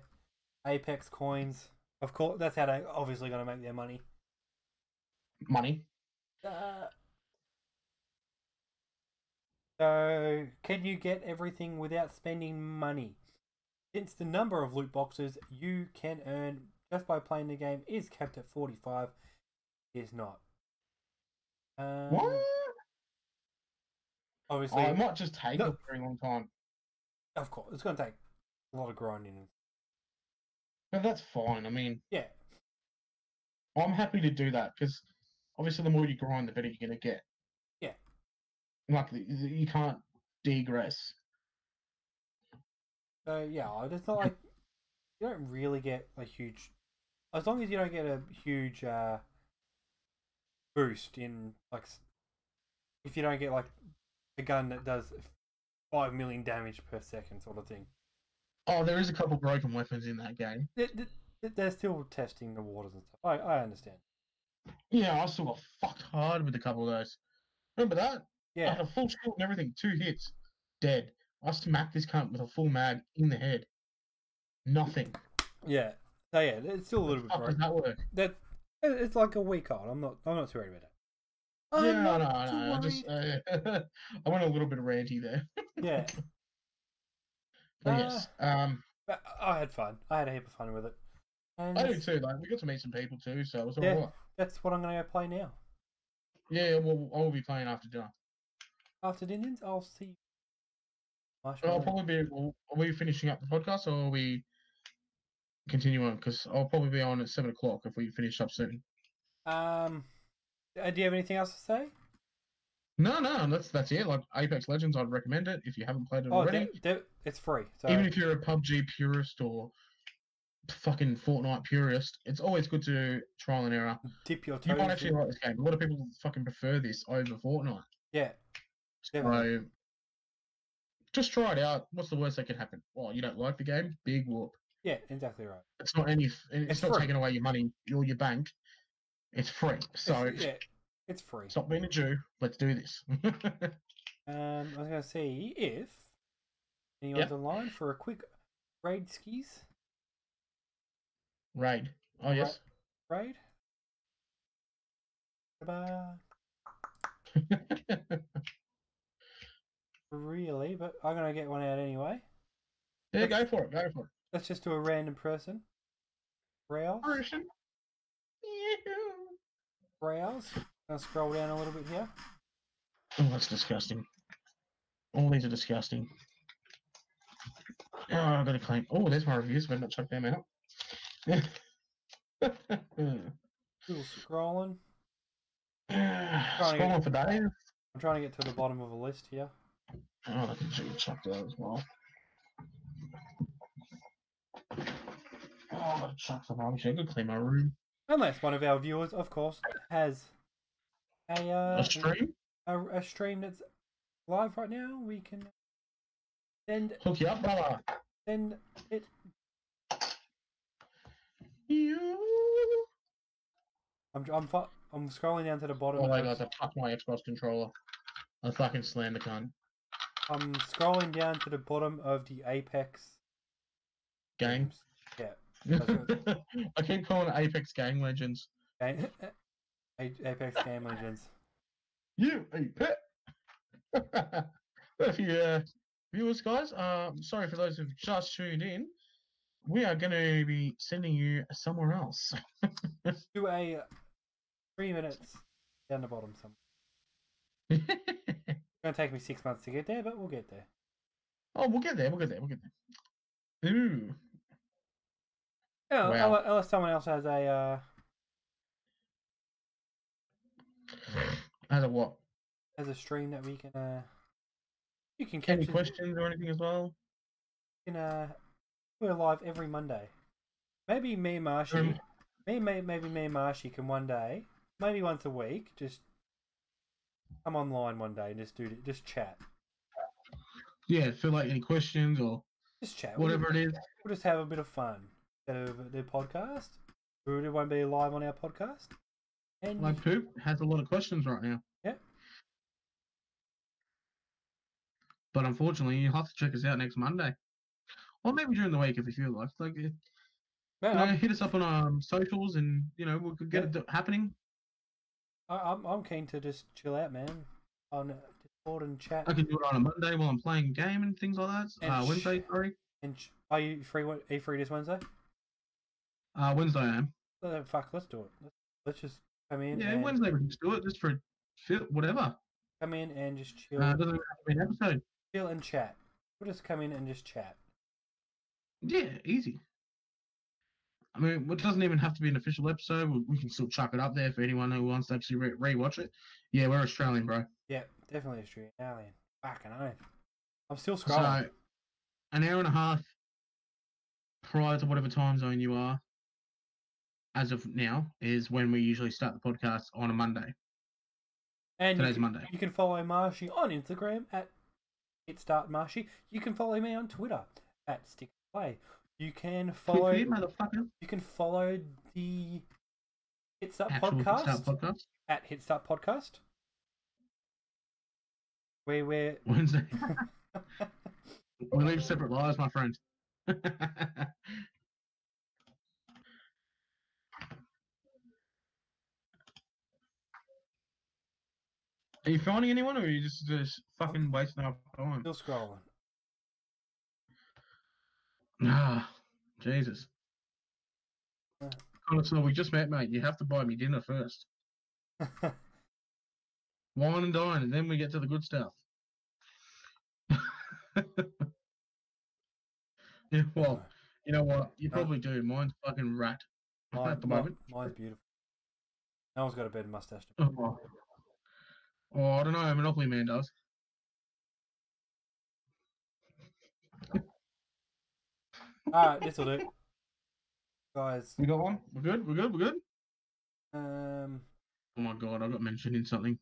[SPEAKER 1] Apex coins. Of course, that's how they obviously going to make their money.
[SPEAKER 2] money.
[SPEAKER 1] Uh, so, can you get everything without spending money? Since the number of loot boxes you can earn just by playing the game is capped at 45, is not. Um,
[SPEAKER 2] what?
[SPEAKER 1] Obviously,
[SPEAKER 2] I might just take
[SPEAKER 1] No.
[SPEAKER 2] a very long time,
[SPEAKER 1] of course, it's going to take a lot of grinding.
[SPEAKER 2] but that's fine. I mean,
[SPEAKER 1] Yeah,
[SPEAKER 2] I'm happy to do that because obviously the more you grind, the better you're gonna get.
[SPEAKER 1] Yeah.
[SPEAKER 2] Like th- th- you can't degress.
[SPEAKER 1] So yeah, I just not like you don't really get a huge as long as you don't get a huge uh boost in like s- if you don't get like a gun that does five million damage per second sort of thing.
[SPEAKER 2] Oh, there is a couple broken weapons in that game.
[SPEAKER 1] They- they- they- They're still testing the waters and stuff. I, I understand.
[SPEAKER 2] Yeah, I still got fucked hard with a couple of those. Remember that? I had
[SPEAKER 1] Yeah,
[SPEAKER 2] a full shot and everything, two hits, dead. I smacked this cunt with a full mag in the head. Nothing.
[SPEAKER 1] yeah. So yeah, it's still a little bit
[SPEAKER 2] How does
[SPEAKER 1] broken.
[SPEAKER 2] that work?
[SPEAKER 1] That it- it's like a week old. I'm not. I'm not too worried about it. I'm
[SPEAKER 2] yeah, no,
[SPEAKER 1] Oh, not too
[SPEAKER 2] no, no. I just uh, I went a little bit ranty there.
[SPEAKER 1] worried. yeah.
[SPEAKER 2] But
[SPEAKER 1] Uh,
[SPEAKER 2] yes, um,
[SPEAKER 1] But I had fun. I had a heap of fun with it. And
[SPEAKER 2] I do
[SPEAKER 1] it's-
[SPEAKER 2] too. Like we got to meet some people too, so it was
[SPEAKER 1] Yeah.
[SPEAKER 2] alright.
[SPEAKER 1] That's what I'm gonna go play now.
[SPEAKER 2] Yeah, well, I will be playing after dinner.
[SPEAKER 1] After dinner, I'll see. Marshmallow.
[SPEAKER 2] I'll probably be. Well, are we finishing up the podcast or are we continuing? Because I'll probably be on at seven o'clock if we finish up soon.
[SPEAKER 1] Um, uh, do you have anything else to say?
[SPEAKER 2] No, no, that's that's it. Like Apex Legends, I'd recommend it if you haven't played it
[SPEAKER 1] Oh,
[SPEAKER 2] already.
[SPEAKER 1] de- de- it's free. So
[SPEAKER 2] Even if you're a PUBG purist or fucking Fortnite purist, it's always good to trial and error.
[SPEAKER 1] dip your toes.
[SPEAKER 2] You might
[SPEAKER 1] in-
[SPEAKER 2] actually like this game. A lot of people fucking prefer this over Fortnite.
[SPEAKER 1] Yeah,
[SPEAKER 2] So
[SPEAKER 1] Definitely.
[SPEAKER 2] just try it out. What's the worst that could happen? Well, you don't like the game? Big whoop.
[SPEAKER 1] yeah, exactly right.
[SPEAKER 2] It's not any. It's,
[SPEAKER 1] It's
[SPEAKER 2] not
[SPEAKER 1] free.
[SPEAKER 2] taking away your money or your bank. It's free. So
[SPEAKER 1] it's, yeah, it's free.
[SPEAKER 2] stop being a Jew. Let's do this.
[SPEAKER 1] Um, I was gonna see if Anyone's
[SPEAKER 2] Yep.
[SPEAKER 1] online for a quick raid skis?
[SPEAKER 2] Raid. Oh
[SPEAKER 1] Right.
[SPEAKER 2] yes.
[SPEAKER 1] Raid? Ba- Really, but I'm gonna get one out anyway.
[SPEAKER 2] yeah, go for it. Go for it.
[SPEAKER 1] Let's just do a random person. Rouse.
[SPEAKER 2] Operation.
[SPEAKER 1] Rouse. I'll scroll down a little bit here.
[SPEAKER 2] Oh, that's disgusting. All these are disgusting. Oh, I've got to clean. Oh, there's my reviews, but not chuck them out.
[SPEAKER 1] Still scrolling.
[SPEAKER 2] Scrolling for days.
[SPEAKER 1] I'm trying to get to the bottom of a list here.
[SPEAKER 2] Oh, I think she can chuck that as well. Oh, I've got to chuck some rubbish. I could clean my room.
[SPEAKER 1] Unless one of our viewers, of course, has a uh,
[SPEAKER 2] A stream?
[SPEAKER 1] a, a stream that's live right now, we can send
[SPEAKER 2] Hook you up, brother.
[SPEAKER 1] send it.
[SPEAKER 2] You.
[SPEAKER 1] I'm I'm fi- I'm scrolling down to the bottom.
[SPEAKER 2] Oh
[SPEAKER 1] of
[SPEAKER 2] my
[SPEAKER 1] this.
[SPEAKER 2] god, I popped my Xbox controller. I fucking slammed the cunt.
[SPEAKER 1] I'm scrolling down to the bottom of the Apex
[SPEAKER 2] Game.
[SPEAKER 1] Yeah. That's
[SPEAKER 2] I keep calling it Apex Gang Legends.
[SPEAKER 1] Game, A- Apex Game Legends.
[SPEAKER 2] You a pet. if you uh, viewers, guys, um, sorry for those who've just tuned in. We are going to be sending you somewhere else.
[SPEAKER 1] Do a three minutes down the bottom somewhere. It's gonna take me six months to get there, but we'll get there.
[SPEAKER 2] oh, we'll get there. We'll get there. We'll get there. Ooh,
[SPEAKER 1] Yeah,
[SPEAKER 2] Wow.
[SPEAKER 1] Oh, unless, unless someone else has a uh,
[SPEAKER 2] as a what?
[SPEAKER 1] has a stream that we can uh, you can catch.
[SPEAKER 2] Any
[SPEAKER 1] us-
[SPEAKER 2] questions or anything as well?
[SPEAKER 1] we can, uh, we're live every Monday. Maybe me and Marshy,
[SPEAKER 2] Um,
[SPEAKER 1] me, me maybe me and Marshy can one day, maybe once a week, just come online one day and just do just chat,
[SPEAKER 2] Yeah, feel like any questions or
[SPEAKER 1] just chat, We'll-
[SPEAKER 2] whatever it is.
[SPEAKER 1] We'll just have a bit of fun instead of the podcast. It won't be live on our podcast, and
[SPEAKER 2] Like poop has a lot of questions right now.
[SPEAKER 1] Yep.
[SPEAKER 2] But unfortunately, you'll have to check us out next Monday, or maybe during the week if you feel like. Like, you
[SPEAKER 1] man,
[SPEAKER 2] know,
[SPEAKER 1] I'm,
[SPEAKER 2] hit us up on our um, socials, and you know we could get it happening.
[SPEAKER 1] I- I'm I'm keen to just chill out, man, on Discord and chat.
[SPEAKER 2] I can do it on a Monday while I'm playing game and things like that.
[SPEAKER 1] And
[SPEAKER 2] Uh,
[SPEAKER 1] sh-
[SPEAKER 2] Wednesday, sorry.
[SPEAKER 1] And ch- are you free? Are you free this Wednesday?
[SPEAKER 2] Uh, Wednesday I am.
[SPEAKER 1] Uh, fuck, let's do it. Let's, let's just come in.
[SPEAKER 2] Yeah,
[SPEAKER 1] and,
[SPEAKER 2] Wednesday we can just do it just for a fit, whatever.
[SPEAKER 1] Come in and just chill,
[SPEAKER 2] Uh, it doesn't have to be an episode.
[SPEAKER 1] chill and chat. We'll just come in and just chat.
[SPEAKER 2] Yeah, easy. I mean, it doesn't even have to be an official episode. We, we can still chuck it up there for anyone who wants to actually re- rewatch it. Yeah, we're Australian, bro.
[SPEAKER 1] Yeah, definitely Australian alien. Fucking oath. I'm still scrolling.
[SPEAKER 2] So, an hour and a half prior to whatever time zone you are, as of now, is when we usually start the podcast on a Monday.
[SPEAKER 1] and you
[SPEAKER 2] Today's
[SPEAKER 1] can-
[SPEAKER 2] Monday.
[SPEAKER 1] You can follow Marshy on Instagram at It Start Marshy. You can follow me on Twitter at Stick Play. You can follow
[SPEAKER 2] Quick, motherfucker.
[SPEAKER 1] you can follow the Hit Start
[SPEAKER 2] Actual
[SPEAKER 1] podcast
[SPEAKER 2] Start podcast.
[SPEAKER 1] at Hit Start Podcast. Where we're
[SPEAKER 2] Wednesday. we live separate lives, my friend. Are you finding anyone, or are you just just fucking wasting our time?
[SPEAKER 1] still scrolling.
[SPEAKER 2] Ah, Jesus.
[SPEAKER 1] Yeah.
[SPEAKER 2] Connoisseur, we just met, mate. You have to buy me dinner first. Wine and dine, and then we get to the good stuff. yeah, well, you know what? You
[SPEAKER 1] Huh?
[SPEAKER 2] probably do. Mine's fucking rat
[SPEAKER 1] Mine-
[SPEAKER 2] at the
[SPEAKER 1] mine-
[SPEAKER 2] moment.
[SPEAKER 1] mine's beautiful. No one's got a better mustache. than
[SPEAKER 2] Oh. oh, I don't know. Monopoly Man does.
[SPEAKER 1] me. All right, this will do, guys.
[SPEAKER 2] We got one. We're good. We're good. We're good.
[SPEAKER 1] Um,
[SPEAKER 2] Oh my god, I got mentioned in something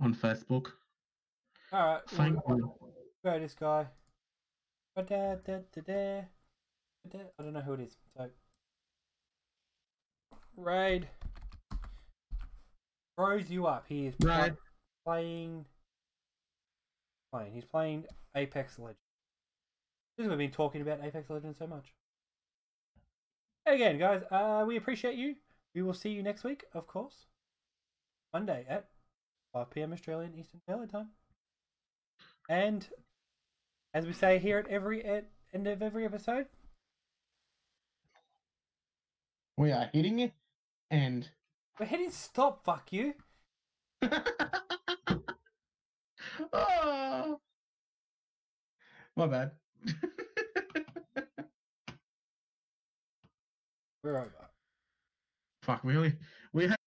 [SPEAKER 2] on Facebook.
[SPEAKER 1] all right.
[SPEAKER 2] Thank you.
[SPEAKER 1] greatest guy. Ba-da-da-da-da. Ba-da- I don't know who it is. So, Raid throws you up. He is pl-
[SPEAKER 2] Raid.
[SPEAKER 1] playing playing? He's playing Apex Legends. This is why we've been talking about Apex Legends so much. Again, guys, uh, we appreciate you. We will see you next week, of course. Monday at 5 p.m. Australian Eastern Standard Time. And as we say here at every at end of every episode,
[SPEAKER 2] We are hitting it, and
[SPEAKER 1] we're hitting stop. Fuck you.
[SPEAKER 2] oh, my bad.
[SPEAKER 1] We're over.
[SPEAKER 2] Fuck, really? We had